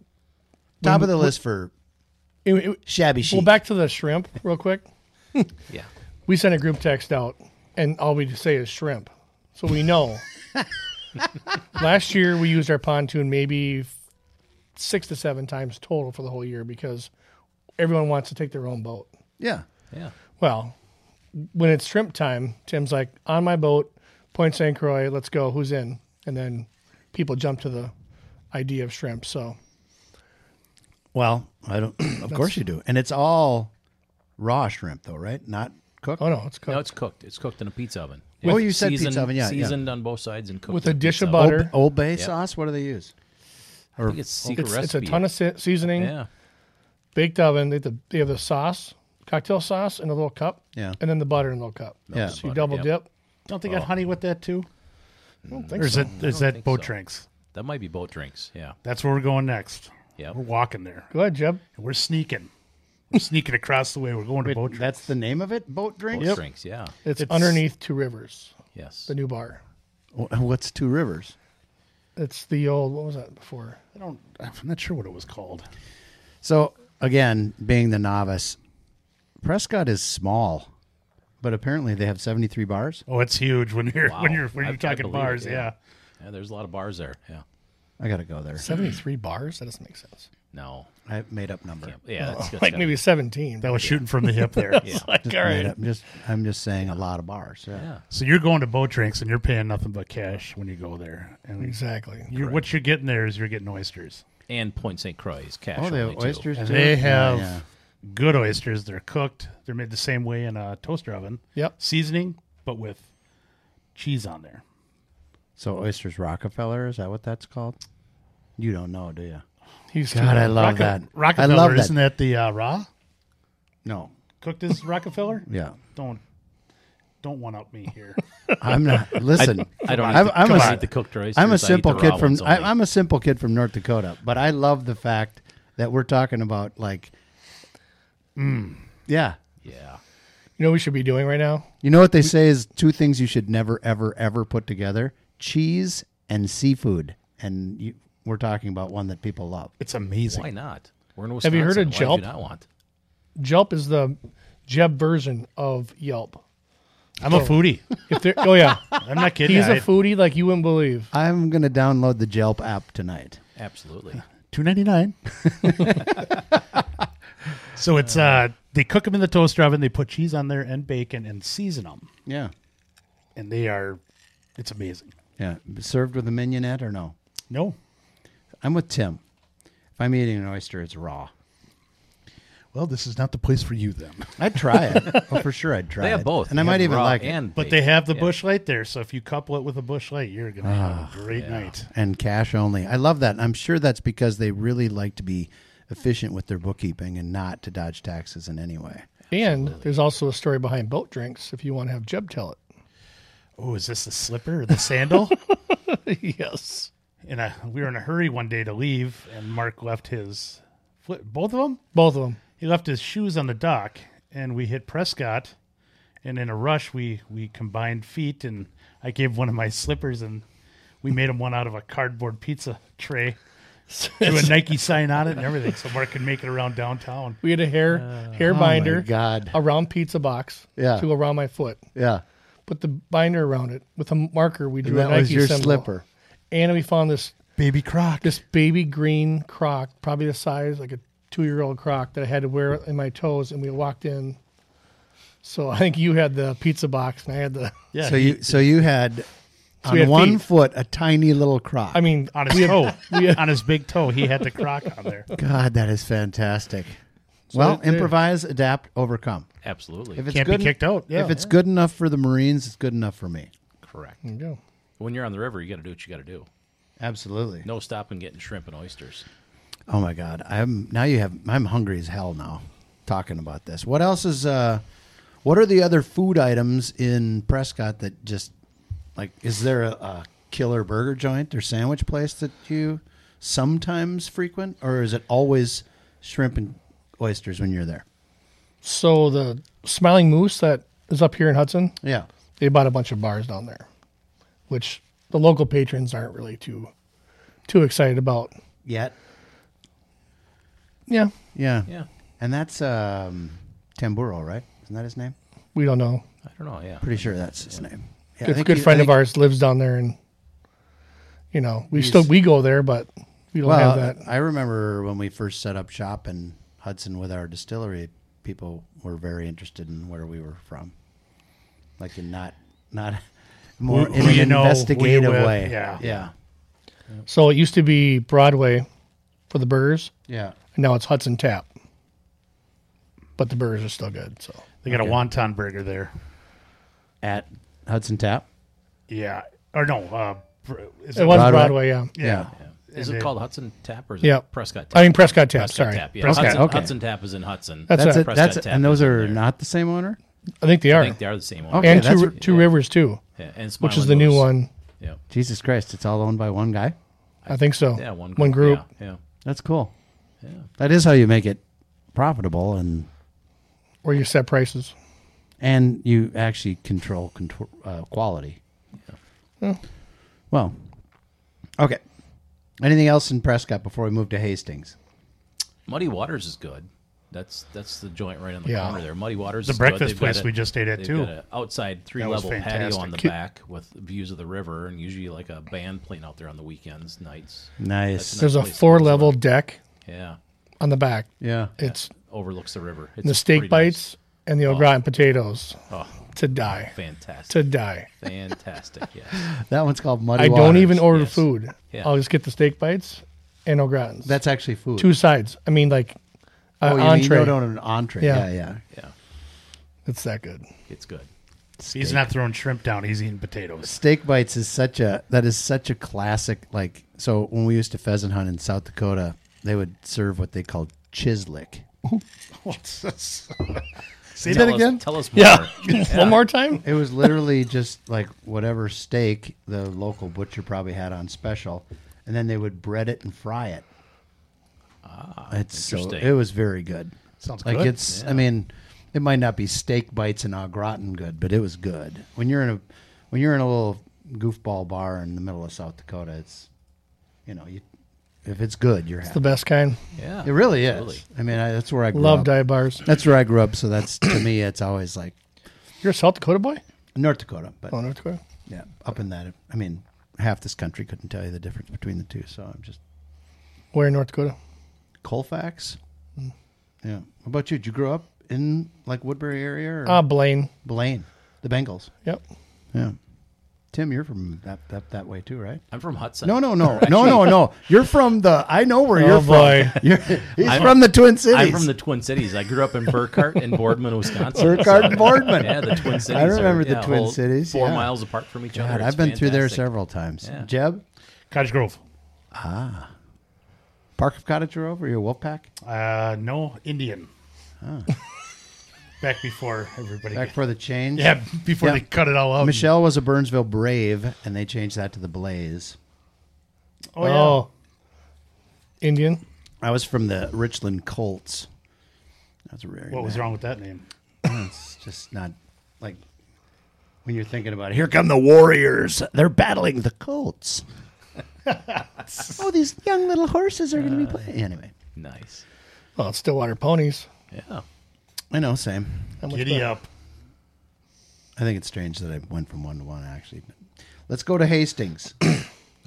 S2: Top of the list for
S3: it- it-
S2: shabby chic.
S3: well, back to the shrimp real quick.
S4: yeah,
S3: We sent a group text out, and all we say is shrimp, so we know. Last year, we used our pontoon maybe f- six to seven times total for the whole year because everyone wants to take their own boat.
S2: yeah.
S4: yeah.
S3: Well, when it's shrimp time, Tim's like, on my boat, Point St. Croix, let's go. Who's in? And then people jump to the idea of shrimp. So
S2: Well, I don't. Of course you do, and it's all raw shrimp, though, right? Not cooked.
S3: Oh no, it's cooked.
S4: No, it's cooked. It's cooked in a pizza oven.
S2: Oh,
S4: It's
S2: you said pizza
S4: seasoned-
S2: oven, yeah, yeah.
S4: seasoned on both sides and cooked
S3: With
S4: in
S3: a dish of
S4: pizza
S3: butter.
S4: oven.
S2: Old, Old Bay
S4: Yeah.
S2: sauce. What do they use?
S4: I think it's secret
S3: it's, it's
S4: recipe.
S3: a ton of se- seasoning,
S4: yeah.
S3: baked oven. They have, the, they have the sauce, cocktail sauce in a little cup,
S2: Yeah.
S3: and then the butter in a little cup.
S2: Yeah. Oh.
S3: So you
S4: Butter,
S3: double
S4: yep.
S3: dip.
S5: Don't they got honey with that too?
S3: I don't think
S5: Or is
S3: so.
S5: that is
S4: think
S5: that boat
S4: so.
S5: drinks?
S4: That might be boat drinks. Yeah.
S5: That's where we're going next.
S4: Yeah.
S5: We're walking there.
S3: Go ahead, Jeb.
S5: And we're sneaking. We're sneaking across the way. We're going to boat drinks.
S2: That's the name of it. Boat drink.
S4: Boat drinks. Yeah.
S3: It's,
S5: It's-
S3: underneath Two Rivers,
S4: Yes.
S3: the new bar.
S2: Wh- What's Two Rivers?
S3: It's the old. What was that before?
S5: I don't. I'm not sure what it was called.
S2: So again, being the novice, Prescott is small, but apparently they have seventy-three bars.
S5: Oh, it's huge when you're when
S4: Wow.
S5: you're when
S4: I-
S5: you're
S4: I
S5: talking
S4: believe it,
S5: bars.
S4: yeah.
S5: yeah.
S4: Yeah. There's a lot of bars there. Yeah.
S2: I gotta go there.
S3: Seventy-three bars. That doesn't make sense.
S4: No.
S2: I made up number.
S4: Yeah. That's, that's
S3: Oh, like
S4: gotta-
S3: maybe seventeen.
S5: That was shooting from the hip there.
S4: Yeah.
S5: Like, all
S2: Made
S5: right.
S2: up- just I'm just saying a lot of bars. Yeah.
S4: Yeah.
S5: So you're going to boat drinks and you're paying nothing but cash when you go there. And
S3: Exactly.
S5: you're, what you're getting there is you're getting oysters.
S4: And Point St. Croix is cash.
S2: Oh, they
S4: only
S2: have
S4: too.
S2: oysters.
S5: And
S2: too?
S5: they
S2: Yeah,
S5: have
S2: yeah.
S5: good oysters. They're cooked. They're made the same way in a toaster oven.
S3: Yep.
S5: Seasoning, but with cheese on there.
S2: So oysters Rockefeller is that what that's called? You don't know, do you?
S3: He's
S2: God, I love
S5: Rocke-
S2: that.
S5: Rockefeller,
S2: I love that.
S5: isn't that the uh, raw
S2: No,
S5: cooked as Rockefeller?
S2: yeah,
S5: Don't don't one up me here.
S2: I'm not. Listen,
S4: I don't.
S2: I'm,
S4: eat the,
S2: I'm
S4: I
S2: a,
S4: don't eat the cooked oysters.
S2: I'm
S4: I
S2: a
S4: eat the
S2: simple
S4: raw
S2: kid from
S4: ones
S2: I,
S4: only.
S2: I'm a simple kid from North Dakota, but I love the fact that we're talking about like, mm, yeah.
S4: yeah.
S3: You know what we should be doing right now?
S2: You know what they say is two things you should never ever ever put together: cheese and seafood, and you, we're talking about one that people love.
S5: It's amazing.
S4: Why not? We're in
S3: Have
S4: Wisconsin.
S3: you heard of
S4: Why do you
S3: Jelp?
S4: not want.
S3: Jelp is the Jeb version of Yelp.
S5: I'm a foodie.
S3: If there, oh yeah,
S5: I'm not kidding.
S3: he's a
S5: I-
S3: foodie like you wouldn't believe.
S2: I'm gonna download the Jelp app tonight.
S4: Absolutely.
S5: Two ninety nine. so it's uh they cook them in the toaster oven. They put cheese on there and bacon and season them,
S2: Yeah,
S5: and they are it's amazing.
S2: yeah. Served with a mignonette or no?
S5: No,
S2: I'm with Tim. If I'm eating an oyster, it's raw.
S5: well this is not the place for you then.
S2: I'd try it. oh, for sure, I'd try
S4: They
S2: it.
S4: have both.
S2: and I
S4: They
S2: might
S4: have
S2: even
S4: raw
S2: like it.
S4: and
S5: But they
S4: baked.
S5: have the
S4: Yeah.
S5: bush light there, so if you couple it with a bush light, you're gonna have a great night.
S2: and cash only. I love that. And I'm sure that's because they really like to be efficient with their bookkeeping and not to dodge taxes in any way.
S3: And there's also a story behind boat drinks. If you want to have Jeb tell it,
S5: oh, is this the slipper or the sandal?
S3: yes.
S5: and I, we were in a hurry one day to leave, and Mark left his foot, both of them.
S3: Both of them.
S5: He left his shoes on the dock, and we hit Prescott. And in a rush, we we combined feet, and I gave one of my slippers, and we made him one out of a cardboard pizza tray, threw a Nike sign on it, and everything, so Mark could make it around downtown.
S3: We had a hair hair binder,
S2: Ah. Oh God.
S3: a round pizza box
S2: Yeah.
S3: to around my foot.
S2: Yeah.
S3: Put the binder around it with a marker. We drew
S2: that
S3: a Nike
S2: was your
S3: symbol.
S2: slipper.
S3: and we found this
S5: Baby Croc.
S3: this baby green croc, probably the size like a two year old croc that I had to wear in my toes. And we walked in. So I think you had the pizza box and I had the.
S5: Yeah,
S2: So you so you had on
S3: we had
S2: one
S3: feet.
S2: foot a tiny little croc.
S3: I mean,
S5: on his toe, on his big toe, he had the Croc on there.
S2: God, that is fantastic. well,
S3: there-
S2: improvise, adapt, overcome.
S4: Absolutely.
S2: If it's
S5: Can't be
S2: good,
S5: kicked out. Yeah.
S2: if it's good enough for the Marines, it's good enough for me.
S4: Correct.
S3: there you go.
S4: When you're on the river, you got to do what you got to do.
S2: Absolutely.
S4: No stopping getting shrimp and oysters.
S2: Oh my God, I'm now you have I'm hungry as hell now. Talking about this, what else is? uh What are the other food items in Prescott that just like is there a, a killer burger joint or sandwich place that you sometimes frequent, or is it always shrimp and oysters when you're there?
S3: So the Smiling Moose that is up here in Hudson,
S2: Yeah,
S3: they bought a bunch of bars down there, which the local patrons aren't really too too excited about.
S2: yet,
S3: Yeah,
S2: yeah,
S4: Yeah.
S2: and that's um Tamburo, right? Isn't that his name?
S3: we don't know.
S4: I don't know. Yeah.
S2: Pretty sure that's his name. Yeah, I
S3: Good,
S2: think
S3: good
S2: he- I
S3: friend of
S2: think-
S3: ours lives down there, and you know we
S2: He's-
S3: still we go there, but we don't
S2: Well,
S3: have that.
S2: I remember when we first set up shop in Hudson with our distillery, people were very interested in where we were from. Like in not not more
S5: Who-
S2: in
S5: who
S2: an
S5: you know, who you
S2: investigative
S5: with,
S2: way.
S5: yeah.
S2: Yeah.
S3: So it used to be Broadway for the burgers,
S2: Yeah.
S3: and now it's Hudson Tap. But the burgers are still good. So
S5: They got a wonton burger there.
S2: At Hudson Tap.
S5: Yeah, or no, uh, br- is
S3: it was
S2: Broadway?
S3: Broadway, yeah.
S5: Yeah.
S4: Is
S5: And
S4: it
S5: they-
S4: called Hudson Tap or is
S3: Yeah.
S4: it Prescott Tap?
S3: I mean Prescott Tap.
S4: Prescott
S3: sorry,
S4: Tap. Yeah.
S5: Prescott,
S4: Hudson,
S2: okay.
S4: Hudson Tap is in Hudson.
S3: That's
S2: That's
S3: it.
S2: it. That's
S4: Prescott
S2: it.
S4: Tap
S2: And those
S4: is in
S2: are
S4: there.
S2: not the same owner?
S3: I think they
S4: I
S3: are,
S4: think they are the same one.
S2: Okay.
S3: and
S2: Yeah,
S3: two,
S2: that's-
S3: two rivers too.
S4: Yeah, and
S3: which is
S4: Smiling
S3: the new
S4: Moose.
S3: one.
S4: Yeah.
S2: Jesus Christ, it's all owned by one guy.
S3: I think so.
S4: Yeah. One group.
S3: One group.
S4: Yeah. yeah.
S2: That's cool. That is how you make it profitable and
S3: where you set prices.
S2: and you actually control control uh, quality. Well, okay. Anything else in Prescott before we move to Hastings?
S4: Muddy Waters is good. That's that's the joint right on the
S3: Yeah.
S4: corner there. Muddy Waters.
S5: The
S4: is
S5: breakfast
S4: good. They've got
S5: place
S4: a-
S5: we just ate at,
S4: they've
S5: too.
S4: got a outside three
S5: was
S4: level patio on the
S5: fantastic.
S4: back with views of the river, and usually like a band playing out there on the weekends, nights.
S2: Nice.
S3: There's a
S4: place to
S3: four
S4: go as
S3: level deck
S4: Yeah,
S3: on the back.
S2: Yeah.
S3: It's
S4: overlooks the river. It's
S3: the steak
S4: pretty nice.
S3: bites and the au gratin potatoes
S4: Oh,
S3: to die. To
S4: fantastic!
S3: die.
S4: fantastic. Yeah,
S2: That one's called Muddy
S3: I
S2: Waters.
S3: don't even order
S4: yes.
S3: food.
S4: Yeah.
S3: I'll just get the steak bites and au gratins.
S2: That's actually food.
S3: two sides. I mean, like
S2: Oh,
S3: uh,
S2: you mean you
S3: entree.
S2: don't order an entree. Yeah,
S3: Yeah.
S2: yeah.
S4: yeah,
S3: it's that good.
S4: it's good.
S5: He's not throwing shrimp down. He's eating potatoes.
S2: Steak bites is such a that is such a classic like so when we used to pheasant hunt in South Dakota, they would serve what they called chislick.
S5: What's this? Say
S4: tell
S5: that again.
S4: Us, tell us more.
S3: Yeah. One more time.
S2: It was literally just like whatever steak the local butcher probably had on special, and then they would bread it and fry it. Ah, it's so
S4: interesting.
S2: it was very good.
S5: Sounds
S2: like
S5: good.
S2: it's. I mean, it might not be steak bites and au gratin good, but it was good. When you're in a when you're in a little goofball bar in the middle of South Dakota, it's you know you if it's good, you're
S3: The
S2: happy.
S3: best kind.
S4: Yeah,
S2: It really is.
S4: absolutely.
S2: I mean, I, that's where I grew
S3: Love
S2: up.
S3: dive bars.
S2: that's where I grew up. So that's to me, it's always like
S3: You're a South Dakota boy?
S2: North Dakota, but
S3: Oh, North Dakota.
S2: yeah, up in that. I mean, half this country couldn't tell you the difference between the two. So I'm just
S3: Where in North Dakota?
S2: Colfax. Yeah. How about you? Did you grow up in like Woodbury area or
S4: Um,
S3: Ah, Blaine.
S2: Blaine, the Bengals?
S3: Yep.
S2: Yeah. Tim, you're from that that, that way too, right?
S4: I'm from Hudson.
S2: No, no, no, no, no, no. You're from the. I know where
S3: Oh,
S2: you're
S3: boy.
S2: from. You're, he's
S4: I'm-
S2: from the Twin Cities.
S4: I'm from the Twin Cities. I grew up in Burkhart and Boardman, Wisconsin.
S2: Burkhart and
S4: So,
S2: Boardman.
S4: Yeah, the Twin Cities.
S2: remember
S4: are,
S2: the
S4: yeah,
S2: Twin
S4: whole
S2: Cities,
S4: Four
S2: yeah.
S4: miles apart from each
S2: God,
S4: other.
S2: I've
S4: It's
S2: been through there
S4: fantastic.
S2: several times.
S4: Yeah.
S2: Jeb,
S5: Cottage Grove.
S4: Oh,
S2: Park of Cottage Grove, or your Wolfpack?
S5: Uh, no Indian. back before everybody.
S2: Back for the change.
S5: yeah, before
S2: Yeah.
S5: they cut it all out.
S2: Michelle was a Burnsville Brave, and they changed that to the Blaze.
S5: oh,
S3: Oh,
S5: yeah.
S3: Indian.
S2: I was from the Richland Colts. That's a rare.
S5: what was wrong with that name?
S2: It's just not like when you're thinking about here come the Warriors. They're battling the Colts. oh, these young little horses are
S5: Uh,
S2: going to be playing. Anyway,
S4: Nice.
S3: Well, it's Stillwater ponies.
S4: Yeah.
S2: I know, same.
S3: How much
S5: Giddy
S3: better?
S5: up.
S2: I think it's strange that I went from one to one, actually. Let's go to Hastings.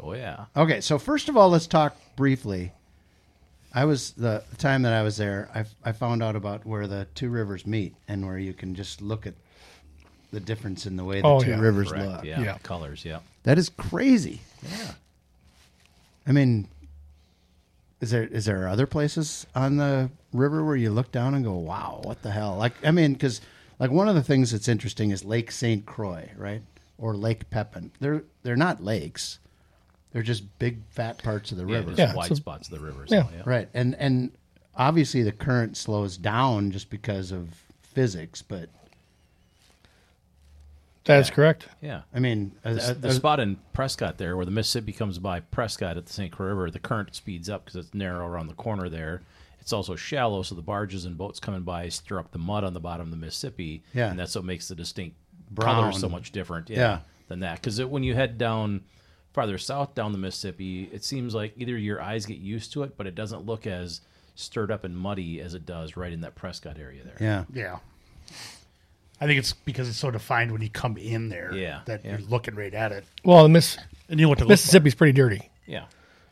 S4: Oh yeah.
S2: Uh-huh. Okay, so first of all, let's talk briefly. I was the time that I was there. I, I found out about where the two rivers meet and where you can just look at the difference in the way the
S3: Oh,
S2: two
S3: yeah.
S2: rivers
S4: Correct.
S2: look.
S4: Yeah.
S3: Yeah.
S4: Colors. Yeah.
S2: That is crazy.
S4: Yeah.
S2: I mean, is there is there other places on the river where you look down and go, "Wow, what the hell?" Like, I mean, because like one of the things that's interesting is Lake Saint Croix, right, or Lake Pepin. They're they're not lakes; they're just big fat parts of the river,
S4: There's
S3: Yeah,
S4: wide
S3: so-
S4: spots of the rivers.
S3: Yeah.
S2: right? And and obviously the current slows down just because of physics, but
S3: That's correct.
S4: Yeah.
S2: I mean, uh,
S4: The,
S2: uh,
S4: the spot in Prescott there, where the Mississippi comes by Prescott at the St. Croix River, the current speeds up because it's narrow around the corner there. It's also shallow, so the barges and boats coming by stir up the mud on the bottom of the Mississippi.
S2: Yeah.
S4: and that's what makes the distinct
S2: Brown.
S4: color so much different. Yeah,
S2: Yeah.
S4: than that because when you head down farther south down the Mississippi, it seems like either your eyes get used to it, but it doesn't look as stirred up and muddy as it does right in that Prescott area there.
S2: yeah,
S5: Yeah. I think it's because it's so defined when you come in there
S4: Yeah,
S5: that
S4: yeah.
S5: you're looking right at it.
S3: Well, the Miss,
S5: And you know what to look for.
S3: Mississippi's pretty dirty.
S4: yeah.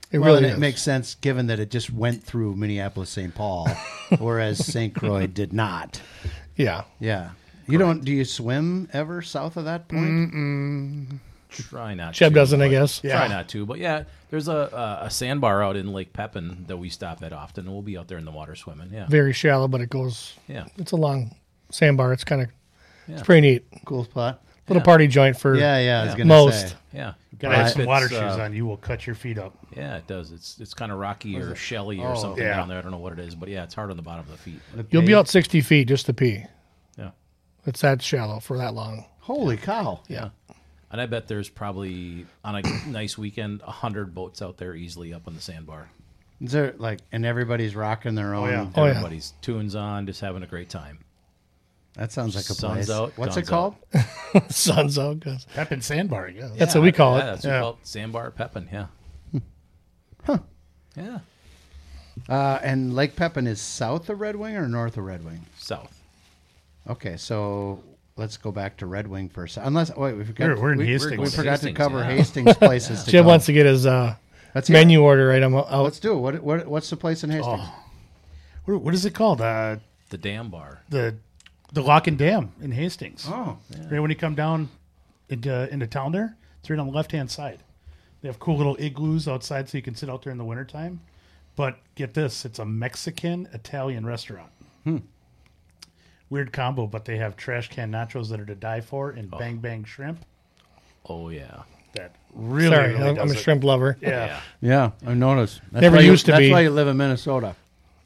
S3: It
S2: Well,
S3: really
S2: and
S3: is.
S2: it makes sense given that it just went through Minneapolis St. Paul, whereas St. Croix did not.
S3: yeah.
S2: Yeah. You don't do you swim ever south of that point?
S4: Try not.
S3: Jeb
S4: to,
S3: doesn't, I
S4: but-
S3: guess.
S5: Yeah.
S4: Try not to, but yeah, there's a, a a sandbar out in Lake Pepin that we stop at often, and we'll be out there in the water swimming. Yeah,
S3: Very shallow, but it goes.
S4: yeah,
S3: It's a long sandbar. It's kind of.
S4: Yeah.
S3: It's pretty neat.
S2: Cool spot.
S3: Little party joint for.
S2: Yeah, yeah, I was
S4: Yeah.
S2: gonna
S3: Most.
S2: say.
S4: yeah.
S5: Gotta have
S4: But
S5: some
S4: it's,
S5: water
S4: uh,
S5: shoes on. You will cut your feet up.
S4: Yeah, it does. It's it's kind of rocky or shelly or something
S5: Oh, yeah.
S4: down there. I don't know what it is, but yeah, it's hard on the bottom of the feet.
S3: You'll be out 60 feet just to pee.
S4: Yeah,
S3: It's that shallow for that long.
S2: Holy cow.
S3: Yeah.
S4: and I bet there's probably on a nice weekend a hundred boats out there easily up on the sandbar.
S2: Is there like and everybody's rocking their own
S5: yeah.
S3: Oh, yeah.
S4: Everybody's tunes on, just having a great time.
S2: that sounds like a
S4: Sun's
S2: place.
S4: out,
S2: What's
S4: guns
S2: it called?
S3: Sun's out. 'cause-
S5: Pepin Sandbar, yeah.
S3: That's what we call
S4: yeah,
S3: it.
S4: That's what
S5: Yeah. Hmm.
S4: we call it, sandbar Pepin. Yeah. Huh. Yeah.
S2: Uh, and Lake Pepin is south of Red Wing or north of Red Wing?
S4: South.
S2: Okay, so let's go back to Red Wing for a second. Unless wait, we forgot
S5: We're- we're in
S2: we,
S5: Hastings.
S2: we forgot
S4: Hastings,
S2: to cover
S4: yeah.
S2: Hastings places to
S3: Jeb
S2: go.
S3: wants to get his uh,
S2: Let's hear it.
S3: menu order item out.
S2: Let's do it. What, what what's the place in Hastings?
S5: What, what is it called? Uh,
S4: The dam bar.
S5: the the Lock and Dam in Hastings.
S2: Oh.
S5: Right when you come down into, into town there, it's right on the left hand side. They have cool little igloos outside so you can sit out there in the wintertime. But get this, it's a Mexican Italian restaurant.
S2: Hmm.
S5: Weird combo, but they have trash can nachos that are to die for and bang bang shrimp.
S4: Oh yeah.
S5: That really,
S3: Sorry,
S5: really
S3: I'm, I'm
S5: does
S3: a
S5: it.
S3: shrimp lover.
S5: Yeah.
S2: Yeah, I've noticed. That's
S3: Never
S2: why you-
S3: used to
S2: that's
S3: be.
S2: why you live in Minnesota.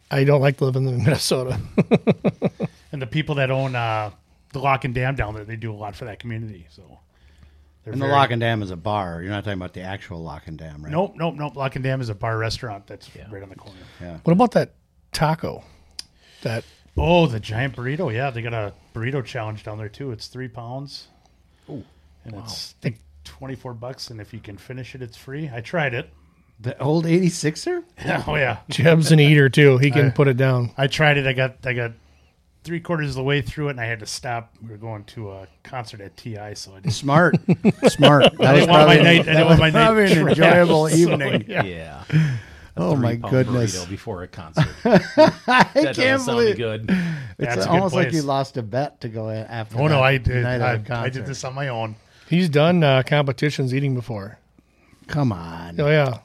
S3: I don't like living in Minnesota.
S5: And the people that own uh, the Lock and Dam down there, they do a lot for that community. So they're
S2: And the
S5: very-
S2: Lock and Dam is a bar. You're not talking about the actual Lock and Dam, right?
S5: Nope, nope, nope. Lock and Dam is a bar restaurant that's right on the corner.
S3: what about that taco? That
S5: Oh, the giant burrito. Yeah, they got a burrito challenge down there too. It's three pounds. Oh, and it's I think twenty four bucks, and if you can finish it, it's free. I tried it.
S2: The old 86er?
S5: oh yeah,
S3: Jeb's an eater too. He can put it down.
S5: I tried it. I got I got three quarters of the way through it, and I had to stop. We were going to a concert at TI, so I just
S2: Smart. Smart. That was
S5: didn't want my
S2: probably,
S5: night- I didn't
S2: that
S5: want
S2: was
S5: my night
S2: probably an
S5: trashed,
S2: enjoyable
S5: so,
S2: evening.
S5: yeah.
S4: Yeah.
S2: Oh, my
S4: Three-pound
S2: goodness.
S4: burrito Before a concert. I that doesn't
S2: can't
S4: sound
S2: believe-
S4: good.
S5: That's
S2: It's
S5: a good
S2: almost like
S5: place.
S2: you lost a bet to go in after
S5: Oh no,
S2: that
S5: I did.
S2: night of
S5: I,
S2: the
S5: I
S2: concert.
S5: did this on my own.
S3: He's done uh, competitions eating before.
S2: Come on.
S3: Oh yeah,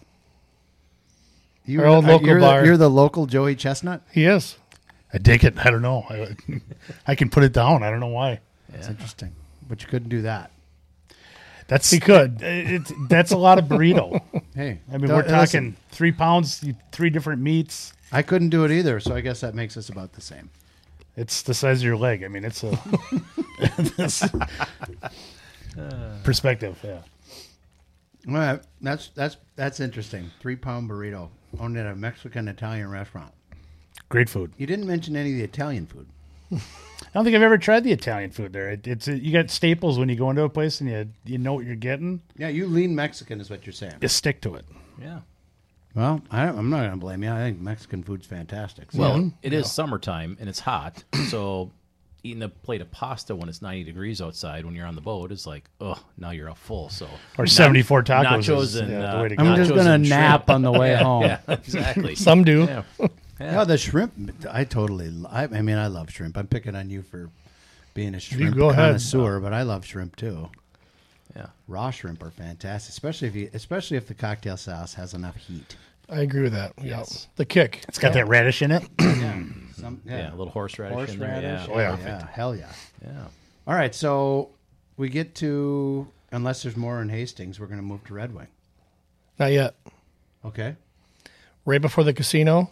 S2: You,
S3: Our old
S2: are-
S3: local
S2: you're
S3: bar.
S2: The, you're the local Joey Chestnut?
S3: he is.
S5: I dig it. I don't know. I, I can put it down. I don't know why.
S2: That's interesting. But you couldn't do that.
S5: That's
S3: He could.
S5: It's, that's a lot of burrito.
S2: Hey.
S5: I mean,
S2: don't-
S5: we're talking
S2: listen,
S5: three pounds, three different meats.
S2: I couldn't do it either, so I guess that makes us about the same.
S5: It's the size of your leg. I mean, it's a this- perspective. Yeah.
S2: All right, that's that's that's interesting. Three pound burrito owned at a Mexican Italian restaurant.
S5: Great food.
S2: You didn't mention any of the Italian food.
S5: I don't think I've ever tried the Italian food there. It, it's you got staples when you go into a place and you you know what you're getting.
S2: Yeah, you lean Mexican is what you're saying.
S5: You stick to it.
S4: Yeah.
S2: Well, I, I'm not going to blame you. I think Mexican food's fantastic. So.
S4: Well, it is summertime and it's hot, so eating a plate of pasta when it's 90 degrees outside when you're on the boat is like, oh, now you're all full. So
S5: Or 74 tacos.
S4: nachos
S5: is,
S4: and
S5: yeah,
S4: uh,
S5: the way to
S2: I'm
S5: go.
S2: just
S4: nachos
S2: gonna
S4: and shrimp.
S2: nap on the way home.
S4: Yeah, exactly.
S3: Some do.
S4: Yeah.
S2: yeah, the shrimp. I totally. lo- I, I mean, I love shrimp. I'm picking on you for being a shrimp
S3: go ahead.
S2: connoisseur, but I love shrimp too.
S4: Yeah.
S2: Raw shrimp are fantastic, especially if you, especially if the cocktail sauce has enough heat.
S3: I agree with that. Yeah.
S4: Yes.
S3: The kick.
S5: It's got that radish in it.
S2: Some,
S4: Yeah, a little horseradish in there.
S2: horseradish.
S4: Oh, Yeah.
S2: yeah. hell yeah.
S4: Yeah.
S2: All right, so we get to unless there's more in Hastings, we're going to move to Red Wing.
S3: Not yet.
S2: Okay.
S3: Right before the casino,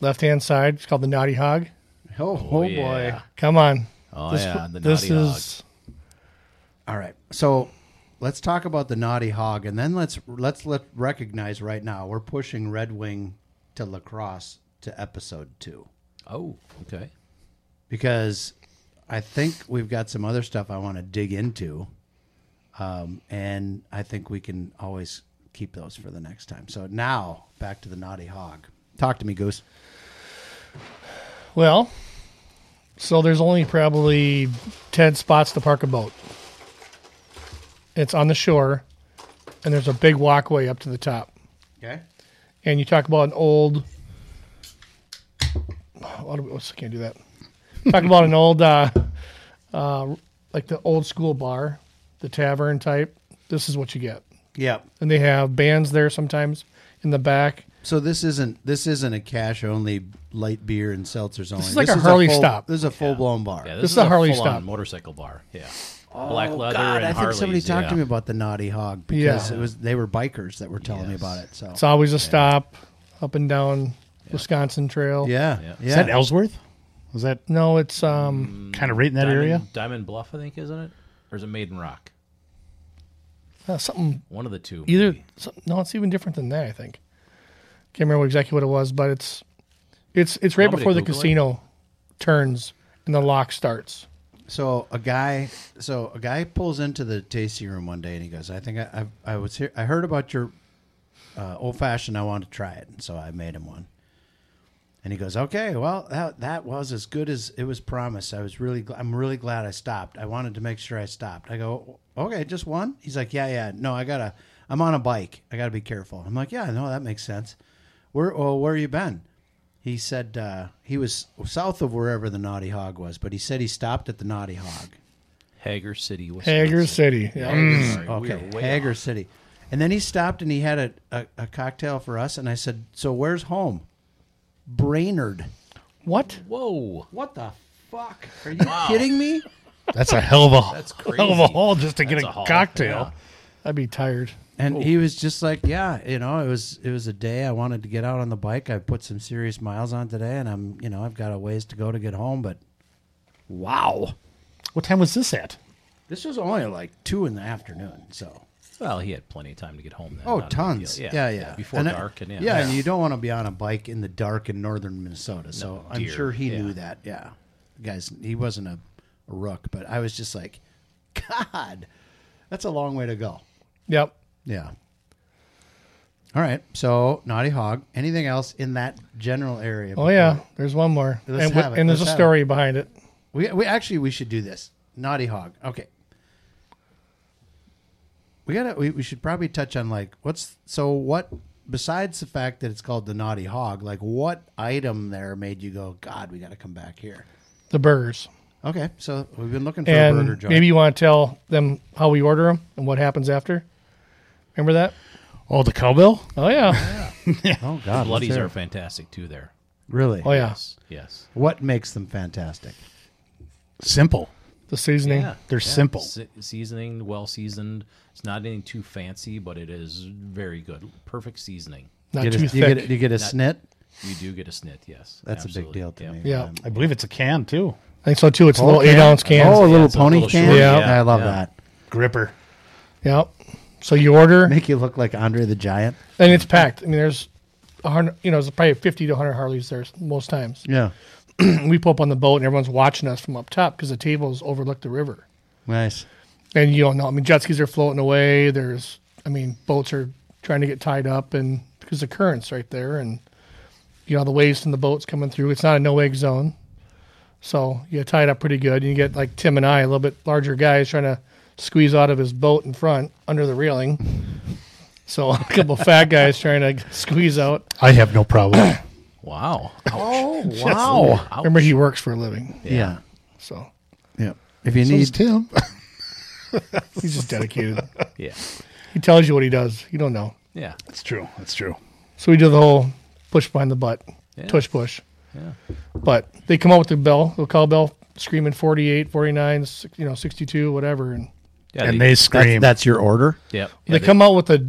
S3: left hand side. It's called the Naughty Hog.
S2: Oh, oh, boy.
S4: yeah.
S3: Come on.
S4: Oh,
S3: This-
S4: yeah. The
S3: this
S4: naughty hog.
S3: is
S2: All right. So let's talk about the Naughty Hog, and then let's let's let recognize right now we're pushing Red Wing to lacrosse to episode two
S4: Oh, okay.
S2: because I think we've got some other stuff I want to dig into, um, and I think we can always keep those for the next time. So now back to the Naughty Hog. Talk to me, Goose.
S3: Well, so there's only probably 10 spots to park a boat. It's on the shore, and there's a big walkway up to the top.
S2: Okay.
S3: And you talk about an old. What, what's, I can't do that. Talk about an old, uh, uh, like the old school bar, the tavern type. This is what you get.
S2: Yeah.
S3: And they have bands there sometimes in the back.
S2: So this isn't this isn't a cash only light beer and seltzers only.
S3: is like a Harley
S2: full-
S3: stop.
S2: This is a full blown bar.
S4: Yeah,
S3: This is a Harley
S4: full-on
S3: stop.
S4: motorcycle bar. Yeah. Black leather
S2: Oh, God,
S4: and
S2: I think somebody
S4: Harleys,
S2: talked
S4: yeah.
S2: to me about the Naughty Hog because
S3: Yeah.
S2: it was they were bikers that were telling me about it. So
S3: It's always a stop up and down Wisconsin Trail.
S2: yeah, yeah.
S4: Yeah.
S5: Is that Ellsworth? Was that
S3: No, it's um
S5: kind of right in that
S4: Diamond,
S5: area?
S4: Diamond Bluff, I think, isn't it? Or is it Maiden Rock?
S3: uh, something
S4: One of the two.
S3: either
S4: maybe.
S3: some, no, it's even different than that. I think can't remember exactly what it was, but it's it's it's right
S4: Want me to
S3: before the
S4: Google it?
S3: casino turns and the lock starts.
S2: So a guy, so a guy pulls into the tasting room one day and he goes, "I think I I, I was here. I heard about your uh, old fashioned. I want to try it, and so I made him one." And he goes, "Okay, well that that was as good as it was promised. I was really gl- I'm really glad I stopped. I wanted to make sure I stopped." I go, "Okay, just one?" He's like, "Yeah, yeah. No, I gotta. I'm on a bike. I gotta be careful." I'm like, "Yeah, no, that makes sense. Where well, where you been?" He said uh, he was south of wherever the Naughty Hog was, but he said he stopped at the Naughty Hog.
S4: Hager City, Wisconsin. Mm.
S3: Hager City. Yeah.
S4: Hager, sorry, we
S2: Okay,
S4: are way
S2: Hager City. And then he stopped and he had a, a, a cocktail for us. And I said, So where's home? Brainerd.
S3: What?
S4: off. Whoa.
S2: What the fuck? Are you kidding me?
S5: That's a hell of a
S4: That's
S5: hell of a
S4: crazy.
S5: haul just to get
S4: That's
S5: a,
S4: a haul,
S5: cocktail.
S3: I'd be tired.
S2: And
S4: Oh.
S2: he was just like, Yeah, you know, it was it was a day I wanted to get out on the bike. I put some serious miles on today and I'm you know, I've got a ways to go to get home, but wow.
S5: What time was this at?
S2: This was only like two in the afternoon, so
S4: Well, he had plenty of time to get home then.
S2: Oh,
S4: Not a big
S2: tons.
S4: deal.
S2: Yeah, yeah.
S4: Before
S2: And I-
S4: dark and yeah.
S2: and you don't want to be on a bike in the dark in northern Minnesota. So I'm
S4: deer.
S2: sure he
S4: Yeah.
S2: knew that. Yeah. Guys, he wasn't a, a rook, but I was just like, God, that's a long way to go.
S3: Yep.
S2: Yeah. All right. So Naughty Hog. Anything else in that general area?
S3: Oh yeah. There's one more.
S2: Let's
S3: and, wh-
S2: have it.
S3: and there's
S2: Let's
S3: a
S2: have
S3: story behind it.
S2: We, we actually we should do this. Naughty Hog. Okay. We gotta we, we should probably touch on like what's so what besides the fact that it's called the Naughty Hog, like what item there made you go, God, we gotta come back here.
S3: The burgers.
S2: Okay, so we've been looking for a burger
S3: And
S2: joint.
S3: maybe you want to tell them how we order them and what happens after. Remember that?
S5: Oh, the cowbell.
S3: Oh yeah.
S2: oh God, let's
S4: Bloodies
S2: hear
S4: are
S2: it.
S4: fantastic too there.
S2: really.
S3: Oh yeah.
S4: Yes. Yes.
S2: What makes them fantastic?
S5: Simple.
S3: The seasoning.
S4: Yeah.
S5: They're simple.
S4: Se- seasoning, well seasoned. It's not anything too fancy, but it is very good. Perfect seasoning.
S3: Not
S2: Get a-
S3: too
S2: you
S3: thick.
S2: get a, you get a snit.
S4: You do get a snit, yes.
S2: That's a big
S4: absolutely.
S2: deal to
S4: Yep.
S2: me. Um,
S3: Yeah.
S2: man.
S5: I believe it's a can too.
S3: I think so too. It's a
S6: Oh,
S3: little eight
S6: can.
S3: ounce can.
S6: Oh, a little
S4: it's a
S6: pony
S4: little
S6: can.
S4: short,
S3: Yeah.
S4: yeah,
S6: I love
S4: yeah.
S6: that.
S5: Gripper.
S3: Yeah. So you order
S2: Make you look like Andre the Giant.
S3: and it's packed. I mean, there's a hundred. You know, there's probably fifty to hundred Harleys there most times.
S2: Yeah.
S3: And we pull up on the boat and everyone's watching us from up top because the tables overlook the river.
S2: Nice.
S3: And you don't know. I mean, jet skis are floating away. There's, I mean, boats are trying to get tied up and because the currents right there and you know the waves from the boats coming through. It's not a no egg zone, so you tie it up pretty good. And you get like Tim and I, a little bit larger guys, trying to squeeze out of his boat in front under the railing. So a couple fat guys trying to squeeze out.
S5: I have no problem.
S4: Wow.
S6: Oh wow!
S4: Ouch.
S3: Remember, he works for a living,
S2: Yeah.
S3: so
S2: Yeah. If you need Tim.
S3: he's just dedicated.
S4: Yeah.
S3: he tells you what he does. You don't know.
S4: Yeah.
S5: That's true. That's true.
S3: So we do the whole push behind the butt,
S4: Yeah.
S3: tush push.
S4: Yeah.
S3: But they come out with the bell, the call bell, screaming 48, 49, six- you know, 62, whatever. And
S4: Yeah.
S5: And they
S6: That's,
S5: scream.
S6: that's your order.
S4: yep.
S3: they, come out with a,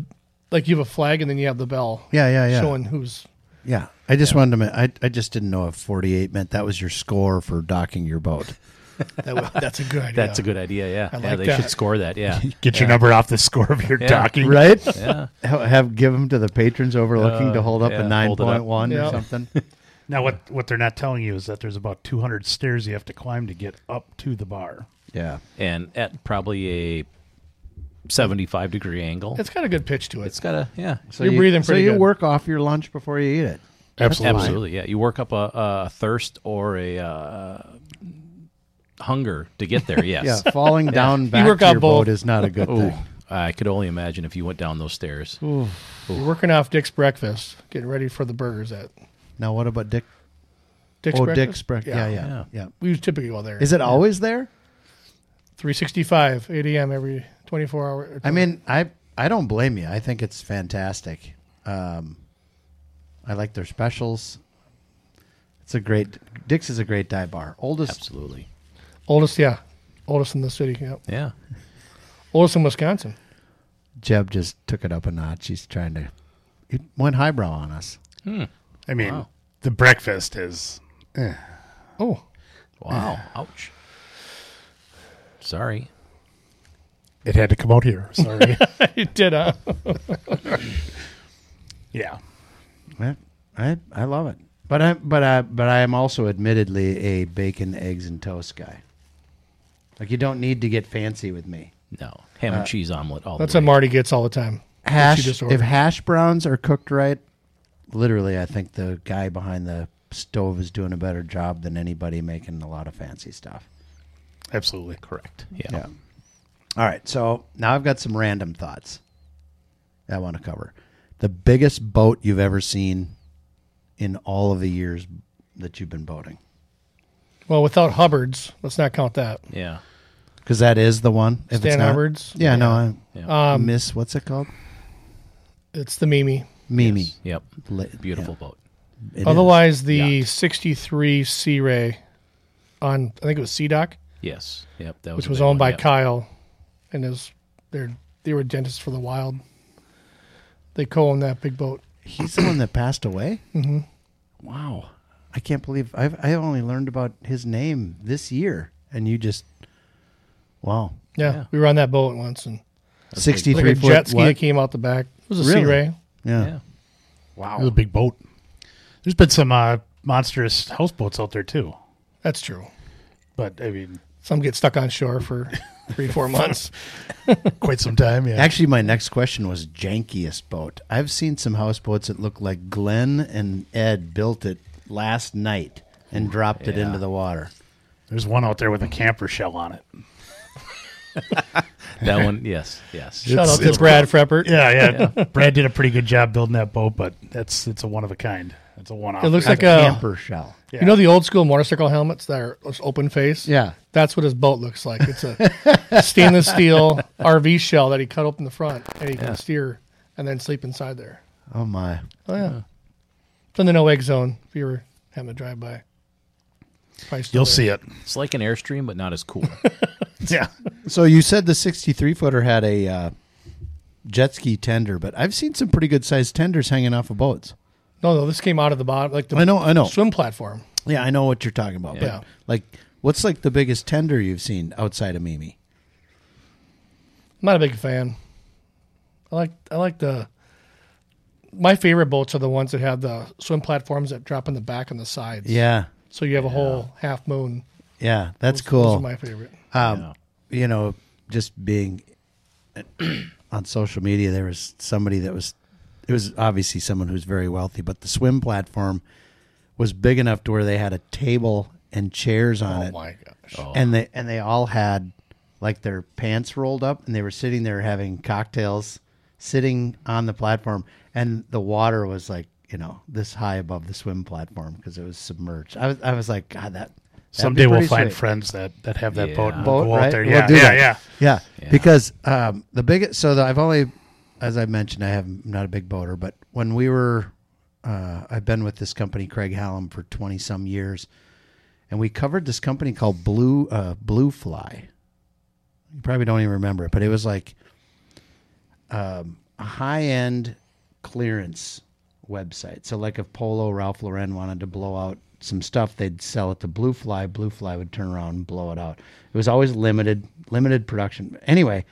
S3: like you have a flag and then you have the bell
S6: Yeah, yeah, yeah.
S3: showing who's,
S6: Yeah, I just wanted to. ma- I I just didn't know if forty eight meant that was your score for docking your boat.
S3: that, wa- that's a good idea.
S4: That's a good idea. Yeah. yeah.
S3: like
S4: They
S3: that.
S4: should score that. Yeah.
S5: Get your number off the score of your
S4: Yeah.
S5: docking.
S2: Right?
S4: yeah.
S2: Ha- Have give them to the patrons overlooking
S4: Uh,
S2: to hold up
S4: yeah,
S2: a nine
S4: hold it up.
S2: point one
S3: Yeah.
S2: or something.
S5: Now, what what they're not telling you is that there's about 200 stairs you have to climb to get up to the bar.
S2: yeah.
S4: And at probably a 75 degree angle.
S3: It's got a good pitch to it.
S4: it's got a, yeah.
S2: So
S3: You're
S2: you-
S3: breathing
S2: So
S3: pretty
S2: you
S3: good.
S2: work off your lunch before you eat it.
S5: Absolutely.
S4: Absolutely, yeah. You work up a, a thirst or a uh, hunger to get there. Yes.
S2: Yeah. Falling down back
S3: work
S2: to
S3: out
S2: your
S3: both.
S2: boat is not a good
S4: Ooh,
S2: thing.
S4: I could only imagine if you went down those stairs.
S3: You're working off Dick's breakfast, getting ready for the burgers at
S2: Now what about Dick?
S3: Dick's
S2: oh,
S3: breakfast.
S2: Dick's breakfast. Yeah. Yeah, yeah,
S3: We typically go there.
S2: Is it always there?
S3: 365, 8 a.m. every 24 hour.
S6: I mean,
S2: I I don't blame you. I think it's fantastic. Um, I like their specials. It's a great Dick's is a great dive bar. Oldest
S4: Absolutely.
S3: oldest, yeah. Oldest in the city. Yeah.
S4: Yeah.
S3: Oldest in Wisconsin.
S2: Jeb just took it up a notch. He's trying to he went highbrow on us.
S5: I mean, the breakfast is
S3: Oh,
S4: Wow. Ouch. Sorry.
S5: it had to come out here. Sorry.
S3: it did, huh?
S5: yeah.
S2: I I, I love it. But I but I but I am also admittedly a bacon, eggs and toast guy. Like you don't need to get fancy with me.
S4: No. Ham and cheese omelet all
S3: Uh, That's
S4: the
S3: what
S4: way.
S3: Marty gets all the time. What you
S2: Hash
S3: just
S2: if
S3: ordered.
S2: hash browns are cooked right, literally I think the guy behind the stove is doing a better job than anybody making a lot of fancy stuff.
S5: Absolutely.
S4: Correct. Yeah.
S2: Yeah. All right. So now I've got some random thoughts that I want to cover. The biggest boat you've ever seen in all of the years that you've been boating,
S3: Well, without Hubbard's, let's not count that.
S4: Yeah.
S2: because that is the one. If
S3: Stan
S2: not-
S3: Hubbard's.
S2: Yeah, No. I,
S3: Um,
S4: Yeah.
S2: I miss what's it called?
S3: It's the Mimi.
S2: Mimi.
S4: Yep.
S2: La-
S4: Beautiful boat.
S2: yeah, it is.
S3: Otherwise, the
S4: Yeah.
S3: 63 Sea Ray on, I think it was Sea Dock,
S4: Yes. Yep. That was
S3: which
S4: a
S3: was
S4: big
S3: owned
S4: one.
S3: by
S4: Yep.
S3: Kyle and his, they're, they were dentists for the wild. They co owned that big boat.
S2: he's the one that passed away. Mm-hmm. Wow. I can't believe I've I only learned about his name this year, and you just wow.
S3: Yeah,
S4: Yeah.
S3: We were on that boat once and
S2: Sixty
S3: like a
S2: three foot
S3: jet ski
S2: what?
S3: that came out the back. It was a Sea
S2: Really?
S3: Ray.
S2: Yeah.
S4: Yeah.
S5: Wow. It was a big boat. There's been some uh, monstrous houseboats out there too.
S3: That's true.
S5: But I mean,
S3: Some get stuck on shore for three, four months.
S5: quite some time. Yeah.
S2: Actually, my next question was jankiest boat. I've seen some houseboats that look like Glenn and Ed built it last night and dropped it into the water.
S5: There's one out there with a camper shell on it.
S4: That one. Yes. Yes.
S3: Shout
S5: It's-
S3: out to
S5: it's
S3: Brad Freppert.
S5: Yeah, yeah. Brad did a pretty good job building that boat, but that's it's a one of a kind. It's a one off.
S3: It looks like a,
S2: Camper shell.
S5: yeah.
S3: You know the old school motorcycle helmets that are just open face?
S2: Yeah.
S3: That's what his boat looks like. It's a stainless steel RV shell that he cut open the front and he can steer and then sleep inside there.
S2: Oh my!
S3: Oh, yeah. It's in the no egg zone if you were having a drive by.
S5: You'll see it.
S4: It's like an airstream, but not as cool.
S5: Yeah.
S2: So you said the sixty-three footer had a uh, jet ski tender, but I've seen some pretty good sized tenders hanging off of boats.
S3: No, no, this came out of the bottom, like the
S2: I know, I know.
S3: swim platform.
S2: Yeah, I know what you're talking about.
S3: Yeah.
S2: But like, what's like the biggest tender you've seen outside of Mimi?
S3: I'm not a big fan. I like I like the. My favorite boats are the ones that have the swim platforms that drop in the back and the sides.
S2: Yeah,
S3: So you have a whole half moon.
S2: yeah, that's
S3: Those are
S2: cool.
S3: my favorite.
S2: um, You know, just being on social media, there was somebody that was. It was obviously someone who's very wealthy, but the swim platform was big enough to where they had a table and chairs on
S3: Oh
S2: it.
S3: my gosh.
S2: and they and they all had like their pants rolled up and they were sitting there having cocktails sitting on the platform and the water was like you know this high above the swim platform because it was submerged i was i was like god that that'd be
S5: Someday we'll
S2: pretty
S5: find
S2: sweet."
S5: friends that, that have that
S4: Yeah.
S5: boat and
S2: Boat,
S5: go
S2: right?
S5: out there.
S2: We'll
S5: Yeah,
S2: do
S5: yeah,
S2: that.
S5: yeah.
S2: yeah,
S4: Yeah.
S2: because um the biggest so the, i've only as i mentioned i have I'm not a big boater but when we were uh i've been with this company craig hallam for 20 some years and we covered this company called blue uh blue fly you probably don't even remember it but it was like um a high end clearance website so like if polo ralph lauren wanted to blow out some stuff they'd sell it to blue fly blue fly would turn around and blow it out it was always limited limited production anyway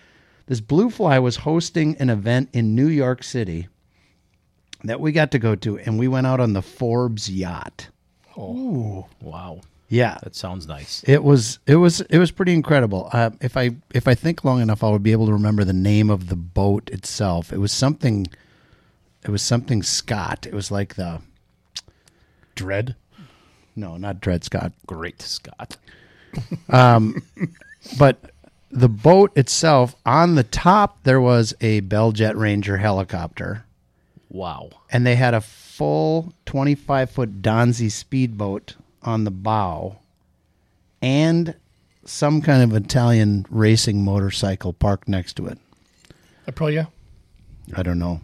S2: this blue fly was hosting an event in new york city that we got to go to and we went out on the forbes yacht
S4: Wow.
S2: yeah
S4: That sounds nice.
S2: it was it was it was pretty incredible. Uh, if I if I think long enough, I would be able to remember the name of the boat itself. It was something. It was something Scott. It was like the
S5: Dread.
S2: no, not Dred Scott,
S4: Great, Scott.
S2: but the boat itself. On the top, there was a Bell Jet Ranger helicopter,
S4: Wow.
S2: and they had a full twenty five foot Donzi speedboat on the bow, and some kind of Italian racing motorcycle parked next to it.
S3: Aprilia.
S2: I don't know.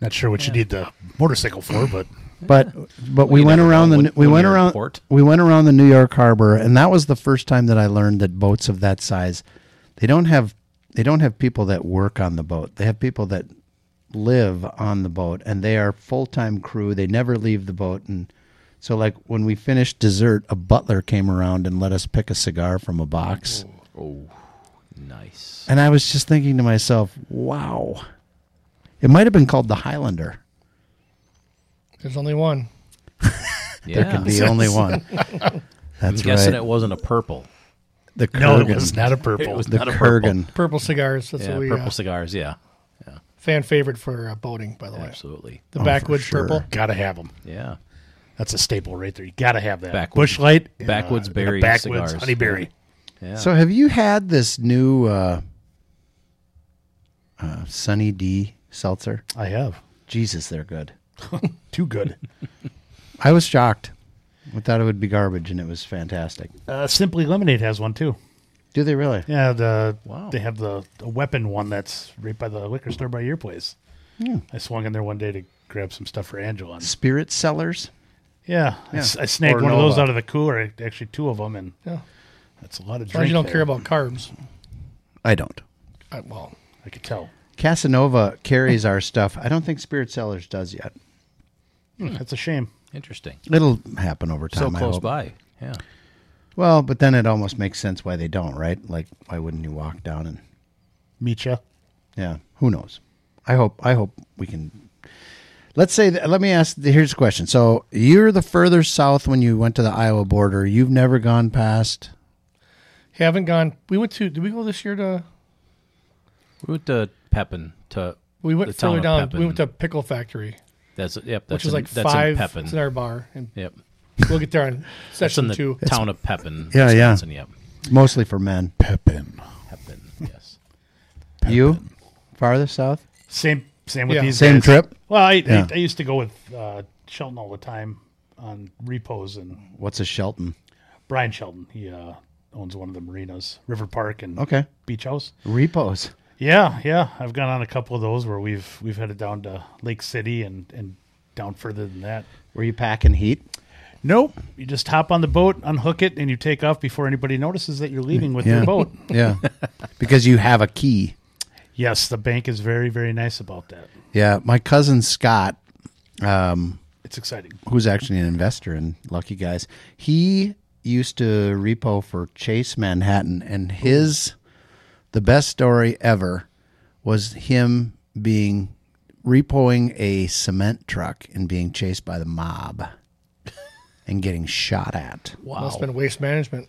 S5: Not sure what you need the motorcycle for, but
S2: but but we
S4: you
S2: went
S4: never
S2: around the
S4: know uh, when-
S2: New- we
S4: when
S2: went
S4: you're in
S2: around
S4: port.
S2: we went around the New York harbor and that was the first time that I learned that boats of that size they don't have they don't have people that work on the boat they have people that live on the boat and they are full-time crew they never leave the boat and so like when we finished dessert a butler came around and let us pick a cigar from a box
S4: Oh, nice.
S2: and I was just thinking to myself wow it might have been called the Highlander
S3: There's only one.
S4: Yeah.
S2: there can be only one
S4: I'm
S2: that's
S4: guessing
S2: right
S4: it wasn't a purple.
S2: the
S5: no, it
S2: Kurgan.
S5: was not a purple.
S4: It was
S2: the
S4: not a purple.
S2: Kurgan.
S3: Purple cigars. That's
S4: Yeah,
S3: what we
S4: purple
S3: uh,
S4: cigars. Yeah,
S3: fan favorite for uh, boating, by the way.
S4: absolutely.
S3: The backwoods
S2: sure.
S3: purple.
S5: gotta have them.
S4: Yeah.
S5: That's a staple right there. You gotta have that.
S4: Backwoods-
S5: Bushlight, and,
S4: backwoods
S5: and a
S4: berry
S5: backwoods
S4: cigars.
S5: honeyberry.
S2: So have you had this new uh, uh, Sunny D seltzer?
S5: I have
S2: Jesus, they're good.
S5: too good.
S2: I was shocked. I thought it would be garbage, and it was fantastic.
S5: uh, Simply Lemonade has one too.
S2: Do they really?
S5: Yeah, the
S4: Wow.
S5: they have the, the weapon one that's right by the liquor store by your place.
S2: Hmm.
S5: I swung in there one day to grab some stuff for Angela. and-
S2: Spirit sellers?
S5: yeah, I s- I, snagged
S2: Or
S5: one of those
S2: Nova.
S5: out of the cooler. Actually, two of them, and
S3: Yeah.
S5: that's a lot of
S3: As long as
S5: drink.
S3: you don't
S5: there.
S3: care about carbs.
S2: I don't.
S3: I, well,
S5: I could tell.
S2: Casanova carries our stuff. I don't think Spirit Sellers does yet.
S3: Hmm.
S5: Hmm, That's a shame.
S4: Interesting.
S2: It'll happen over
S4: So
S2: time. I
S4: close
S2: hope.
S4: by. Yeah.
S2: Well, but then it almost makes sense why they don't, right? Like, why wouldn't you walk down and
S5: Meet ya.
S2: Yeah, who knows? I hope. I hope we can. Let's say. That, let me ask. Here's a question. So you're the further south when you went to the Iowa border. You've never gone past.
S3: haven't gone. We went to. Did we go this year to?
S4: We went to Pepin to.
S3: We went
S4: the town
S3: further
S4: of
S3: down.
S4: Pepin.
S3: We went to Pickle Factory,
S4: That's yep. That's
S3: which is
S4: in-
S3: like
S4: that's
S3: five.
S4: in Pepin.
S3: It's in our bar, and
S4: yep.
S3: we'll get there on
S4: That's
S3: session
S4: in the
S3: two.
S4: town of Pepin.
S2: Yeah, yeah.
S4: Wisconsin, Yep.
S2: It's mostly for men.
S5: Pepin.
S4: Pepin. Yes.
S2: You farther south.
S5: Same. Same with
S3: Yeah.
S5: these.
S2: Same
S5: guys.
S2: trip?
S5: Well, I,
S2: Yeah.
S5: I, I used to go with uh, Shelton all the time on repos and
S2: What's a Shelton?
S5: Brian Shelton. He uh, owns one of the marinas, River Park and
S2: Okay.
S5: Beach House.
S2: Repos.
S5: Yeah, yeah. I've gone on a couple of those where we've we've headed down to Lake City and and down further than that.
S2: Were you packing heat?
S5: Nope. You just hop on the boat, unhook it, and you take off before anybody notices that you're leaving with your boat.
S2: Yeah, because you have a key.
S5: Yes, the bank is very very nice about that.
S2: Yeah, my cousin Scott um,
S5: It's exciting.
S2: who's actually an investor in Lucky Guys, he used to repo for Chase Manhattan, and his the best story ever was him being repoing a cement truck and being chased by the mob and getting shot at.
S4: Wow.
S3: Must have been waste management.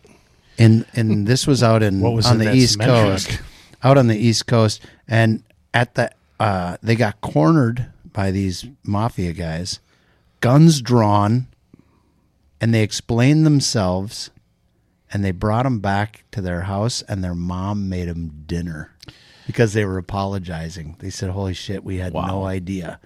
S2: And and this was out in
S5: What was
S2: on
S5: in
S2: the
S5: that
S2: East
S5: cement
S2: Coast,
S5: truck?
S2: out on the East Coast, and at the uh, they got cornered by these mafia guys, guns drawn, and they explained themselves, and they brought them back to their house, and their mom made them dinner because they were apologizing. They said, "Holy shit, we had no idea."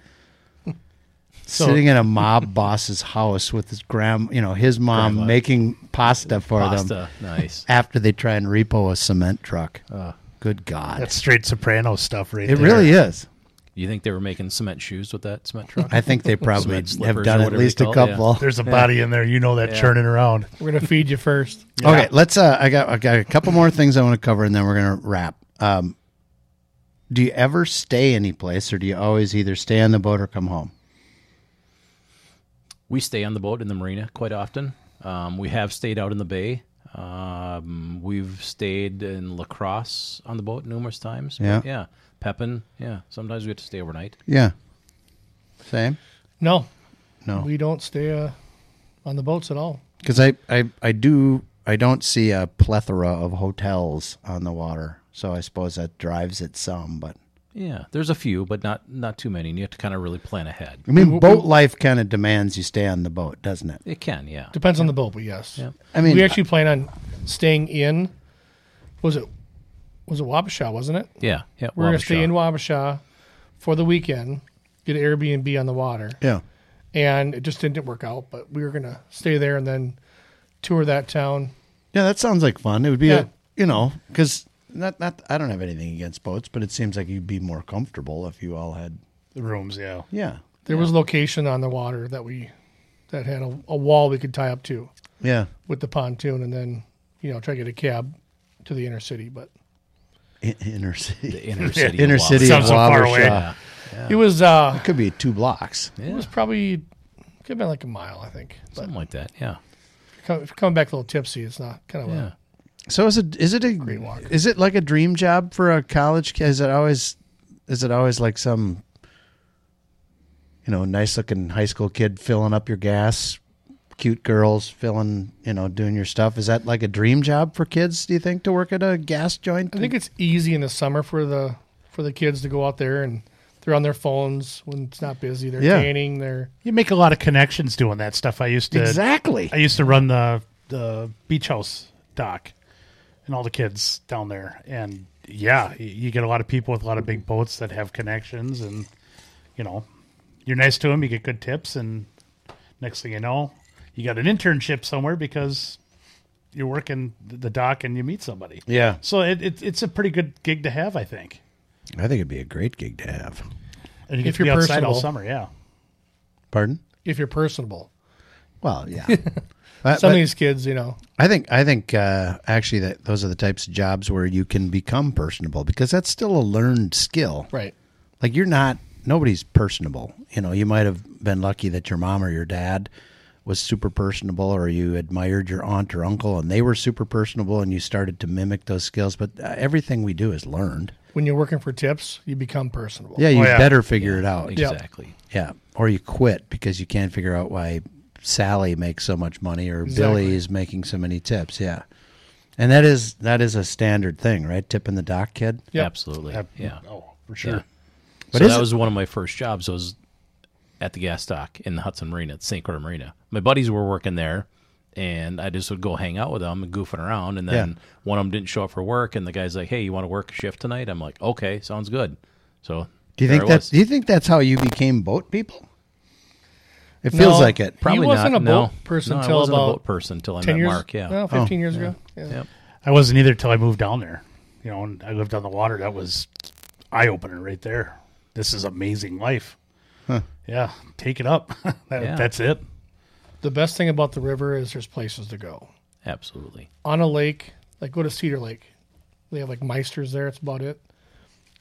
S2: Sitting in a mob boss's house with his grand, you know, his mom
S4: Grandma.
S2: making pasta for them
S4: Pasta. Nice.
S2: after they try and repo a cement truck.
S4: Uh,
S2: Good God.
S5: That's straight soprano stuff right
S2: it
S5: there.
S2: really is.
S4: You think they were making cement shoes with that cement truck?
S2: I think they probably
S4: Cement
S2: have
S4: slippers
S2: done
S4: or
S2: at
S4: whatever they
S2: least a
S4: call it, yeah.
S2: couple.
S5: There's a body in there. You know that churning around.
S3: We're gonna feed you first.
S2: Okay, let's. Uh, I got. I got a couple more things I want to cover, and then we're gonna wrap. Um, do you ever stay any place, or do you always either stay on the boat or come home?
S4: We stay on the boat in the marina quite often. Um, we have stayed out in the bay. Um, we've stayed in Lacrosse on the boat numerous times. but
S2: Yeah.
S4: yeah. Pepin. Yeah. Sometimes we have to stay overnight.
S2: Yeah. Same.
S3: No,
S2: No.
S3: we don't stay uh, on the boats at all.
S2: Because I, I, I do I don't see a plethora of hotels on the water, so I suppose that drives it some. But
S4: Yeah. There's a few, but not not too many. And you have to kind of really plan ahead.
S2: I mean, boat life kind of demands you stay on the boat, doesn't it?
S4: It can. Yeah.
S3: Depends on the boat, but yes.
S4: Yeah.
S2: I mean,
S3: we actually plan on staying in. Was it was it Wabasha? Wasn't it?
S4: Yeah. Yeah.
S3: We're gonna stay
S4: Wabasha.
S3: in Wabasha for the weekend. Get an Airbnb on the water,
S2: yeah.
S3: and it just didn't work out. But we were gonna stay there and then tour that town.
S2: Yeah, that sounds like fun. It would be,
S3: Yeah.
S2: a, you know, because not not I don't have anything against boats, but it seems like you'd be more comfortable if you all had.
S5: The rooms, yeah.
S2: Yeah,
S3: There was a location on the water that we that had a, a wall we could tie up to
S2: yeah.
S3: with the pontoon, and then you know try to get a cab to the inner city. But
S2: In, inner city,
S4: Inner city. of
S2: inner
S4: Wabasha.
S2: city of
S5: Sounds so far away.
S2: Wabasha.
S3: it was uh,
S2: Could be two blocks.
S3: it was probably could have been like a mile, I think. But
S4: Something like that. Yeah.
S3: co- if you're coming back a little tipsy, it's not kind of
S4: Yeah.
S3: a,
S2: So is it is it a is it like a dream job for a college kid? Is it always is it always like some you know nice looking high school kid filling up your gas, cute girls filling you know doing your stuff? Is that like a dream job for kids? Do you think to work at a gas joint?
S3: I think it's easy in the summer for the for the kids to go out there and they're on their phones when it's not busy. They're
S2: Yeah.
S3: tanning. They're
S5: You make a lot of connections doing that stuff. I used to
S2: exactly.
S5: I used to run the the beach house dock and all the kids down there. And yeah, y- you get a lot of people with a lot of big boats that have connections and you know, you're nice to them, you get good tips and next thing you know, you got an internship somewhere because you're working th- the dock and you meet somebody.
S2: Yeah,
S5: So it, it it's a pretty good gig to have, I think.
S2: I think it'd be a great gig to have.
S5: And you get
S3: If
S5: to be
S3: you're
S5: outside all
S3: personable.
S5: summer, yeah.
S2: Pardon?
S3: if you're personable.
S2: Well, yeah. But-
S3: Some
S2: but-
S3: of these kids, you know,
S2: I think I think uh, actually that those are the types of jobs where you can become personable because that's still a learned skill.
S3: right?
S2: Like you're not nobody's personable. You know, you might have been lucky that your mom or your dad was super personable or you admired your aunt or uncle and they were super personable and you started to mimic those skills, but uh, everything we do is learned.
S3: When you're working for tips, you become personable.
S2: Yeah, you
S5: yeah.
S2: better figure it out.
S4: Exactly.
S2: Yeah, or you quit because you can't figure out why Sally makes so much money or Billy
S3: Exactly.
S2: is making so many tips. Yeah, and that is that is a standard thing, right? Tipping the dock kid.
S3: Yep.
S4: Absolutely. yeah.
S5: Oh, for sure.
S2: But
S4: so
S2: is
S4: that
S2: it-
S4: was one of my first jobs. Was at the gas dock in the Hudson Marina, at St. Croix Marina. My buddies were working there, and I just would go hang out with them and goofing around. And then
S2: Yeah.
S4: one of them didn't show up for work, and the guy's like, "Hey, you want to work a shift tonight?" I'm like, "Okay, sounds good." So
S2: Do you
S4: there
S2: think
S4: I
S2: that?
S4: was.
S2: Do you think that's how you became boat people? It feels
S3: No.
S2: like it.
S4: Probably
S3: He wasn't
S4: not.
S3: a
S4: no.
S3: boat person
S4: No, I
S3: till
S4: wasn't a
S3: about
S4: boat person till I met
S3: Ten years,
S4: Mark. Yeah.
S3: no, fifteen years ago. Yeah.
S4: Yep.
S5: I wasn't either till I moved down there. You know, and I lived on the water. That was eye opener right there. This is amazing life. Yeah, take it up. that,
S4: Yeah.
S5: That's it.
S3: The best thing about the river is there's places to go.
S4: Absolutely.
S3: on a lake, like go to Cedar Lake. They have like Meisters there. It's about it.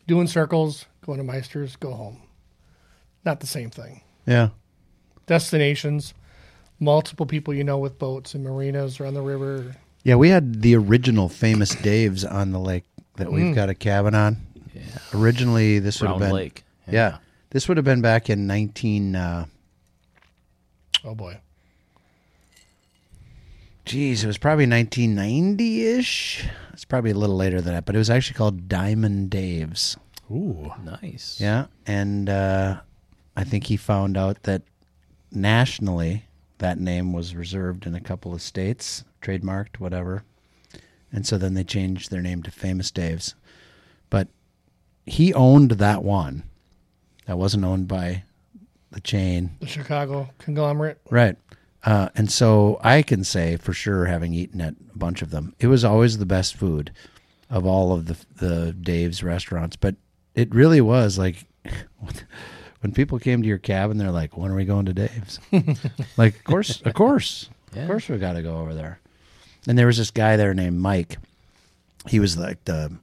S3: Doing circles, going to Meisters, go home. Not the same thing.
S2: Yeah.
S3: destinations, multiple people you know with boats and marinas or on the river.
S2: Yeah, we had the original famous Dave's on the lake that we've got a cabin on. Originally, this would have
S4: Mm. Round
S2: been
S4: Lake.
S2: Yeah. this would have been back in nineteen. Uh,
S3: Oh boy,
S2: geez, it was probably nineteen ninety ish. It's probably a little later than that, but it was actually called Diamond Dave's.
S7: Ooh.
S4: Nice.
S2: Yeah, and uh, I think he found out that nationally that name was reserved in a couple of states, trademarked, whatever. And so then they changed their name to Famous Dave's. But he owned that one. That wasn't owned by the chain.
S3: the Chicago conglomerate.
S2: Right. Uh, and so I can say for sure, having eaten at a bunch of them, it was always the best food of all of the the Dave's restaurants. But it really was like when people came to your cabin, they're like, "When are we going to Dave's?" like, of course, of course, of course, we got to go over there. And there was this guy there named Mike. He was like the,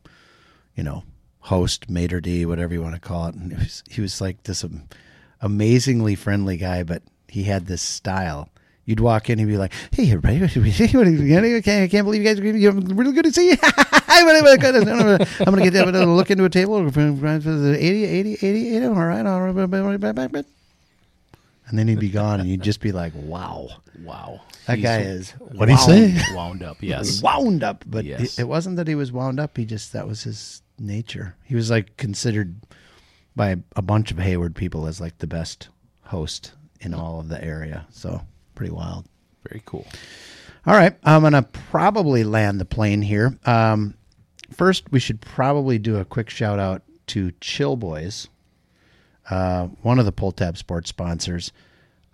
S2: you know, host, maitre d, whatever you want to call it. And it was, he was like this am- amazingly friendly guy, but he had this style. You'd walk in, he'd be like, "Hey, everybody! I can't, I can't believe you guys. are You're really good to see you. I'm gonna I'm gonna get I'm gonna look into a table. 80, 80, 80, 80. All right, all right, blah, blah, blah, blah." and then he'd be gone, and you'd just be like, "Wow,
S4: Wow.
S2: that
S4: He's
S2: guy is
S4: What
S2: do you say?
S4: Wound up. Yes.
S2: wound up." But it,
S4: Yes.
S2: it wasn't that he was wound up. He just that was his nature. He was like considered by a bunch of Hayward people as like the best host in all of the area. So pretty wild.
S4: Very cool.
S2: All right, I'm gonna probably land the plane here. Um, first, we should probably do a quick shout out to Chill Boys, uh, one of the Pull Tab Sports sponsors.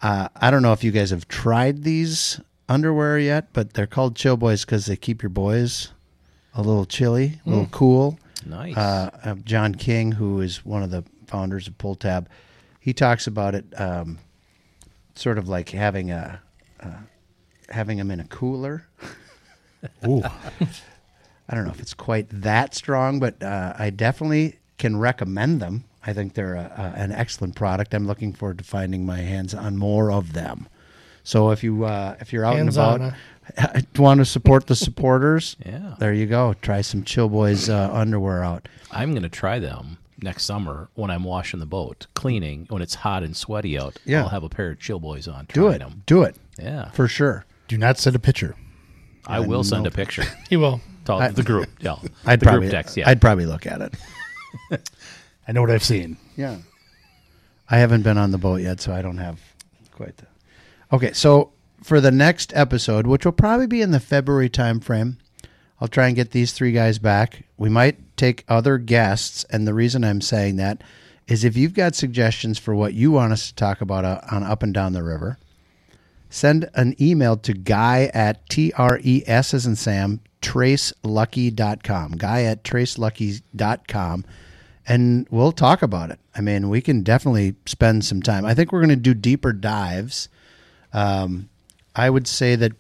S2: Uh, I don't know if you guys have tried these underwear yet, but they're called Chill Boys because they keep your boys a little chilly, a little cool.
S4: Nice.
S2: Uh, uh, John King, who is one of the founders of Pull Tab, he talks about it um, sort of like having a uh, having them in a cooler.
S7: Ooh.
S2: I don't know if it's quite that strong, but uh, I definitely can recommend them. I think they're a, a, an excellent product. I'm looking forward to finding my hands on more of them. So if you uh, if you're out
S3: Hands on,
S2: and about, want to support the supporters,
S4: Yeah.
S2: there you go. Try some Chill Boys uh, underwear out.
S4: I'm going to try them next summer when I'm washing the boat, cleaning, when it's hot and sweaty out.
S2: Yeah.
S4: I'll have a pair of chill boys on.
S2: Do
S4: trying
S2: it.
S4: Them.
S2: Do it
S4: Yeah.
S2: for sure.
S5: Do not send a picture.
S4: I will send a picture
S3: He will.
S4: to all- the group. Yeah.
S2: I'd
S4: the
S2: probably
S4: group text. Yeah.
S2: I'd probably look at it.
S5: I know what I've seen.
S2: Yeah. I haven't been on the boat yet, so I don't have quite the. Okay, so for the next episode, which will probably be in the February timeframe, I'll try and get these three guys back. We might take other guests, and the reason I'm saying that is if you've got suggestions for what you want us to talk about uh, on Up and Down the River, send an email to guy at T-R-E-S as in Sam, tracelucky.com, guy at tracelucky.com, and we'll talk about it. I mean, we can definitely spend some time. I think we're going to do deeper dives. Um, I would say that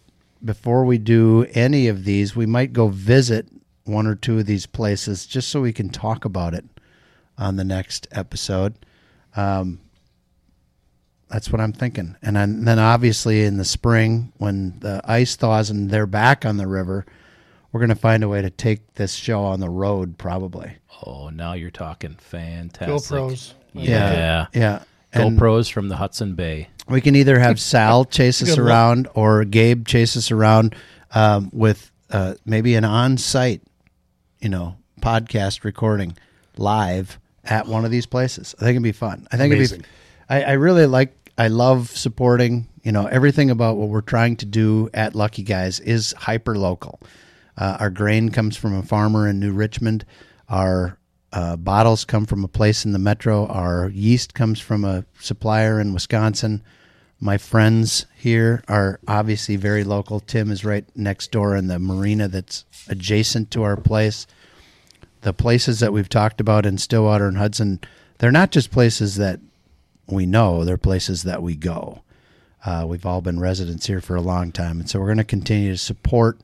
S2: before we do any of these, we might go visit one or two of these places just so we can talk about it on the next episode. That's what I'm thinking. And then, then obviously in the spring, when the ice thaws and they're back on the river, we're going to find a way to take this show on the road, probably.
S4: oh, now you're talking fantastic.
S3: GoPros.
S4: Yeah.
S2: Yeah. And
S4: GoPros from the Hudson Bay.
S2: we can either have Sal chase us around or Gabe chase us around um, with uh, maybe an on site, you know, podcast recording live at one of these places. I think it'd be fun. I think it'd
S5: Amazing.
S2: be. I, I really like. I love supporting. You know, everything about what we're trying to do at Lucky Guys is hyper local. Uh, our grain comes from a farmer in New Richmond. Our uh, bottles come from a place in the metro. Our yeast comes from a supplier in Wisconsin. My friends here are obviously very local. Tim is right next door in the marina that's adjacent to our place the places that we've talked about in Stillwater and Hudson, they're not just places that we know, they're places that we go. Uh, we've all been residents here for a long time. And so we're going to continue to support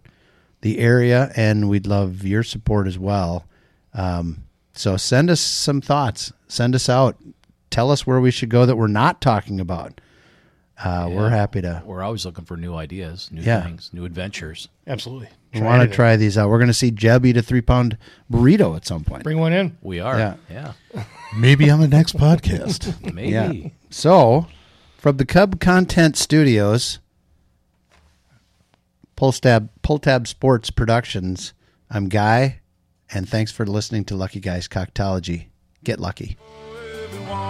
S2: the area, and we'd love your support as well. Um, so send us some thoughts, send us out, tell us where we should go that we're not talking about. Uh, We're happy to.
S4: We're always looking for new ideas, new
S2: Yeah.
S4: things, new adventures.
S8: Absolutely.
S2: We want to
S8: anything.
S2: try these out. We're going to see Jeb eat a three pound burrito at some point.
S3: Bring one in.
S4: We are.
S2: Yeah.
S4: Yeah.
S5: Maybe on the next podcast.
S4: Maybe.
S2: Yeah. So, from the Cub Content Studios, Pull Tab, Pull Tab Sports Productions, I'm Guy, and thanks for listening to Lucky Guy's Coctology. Get lucky.
S1: everyone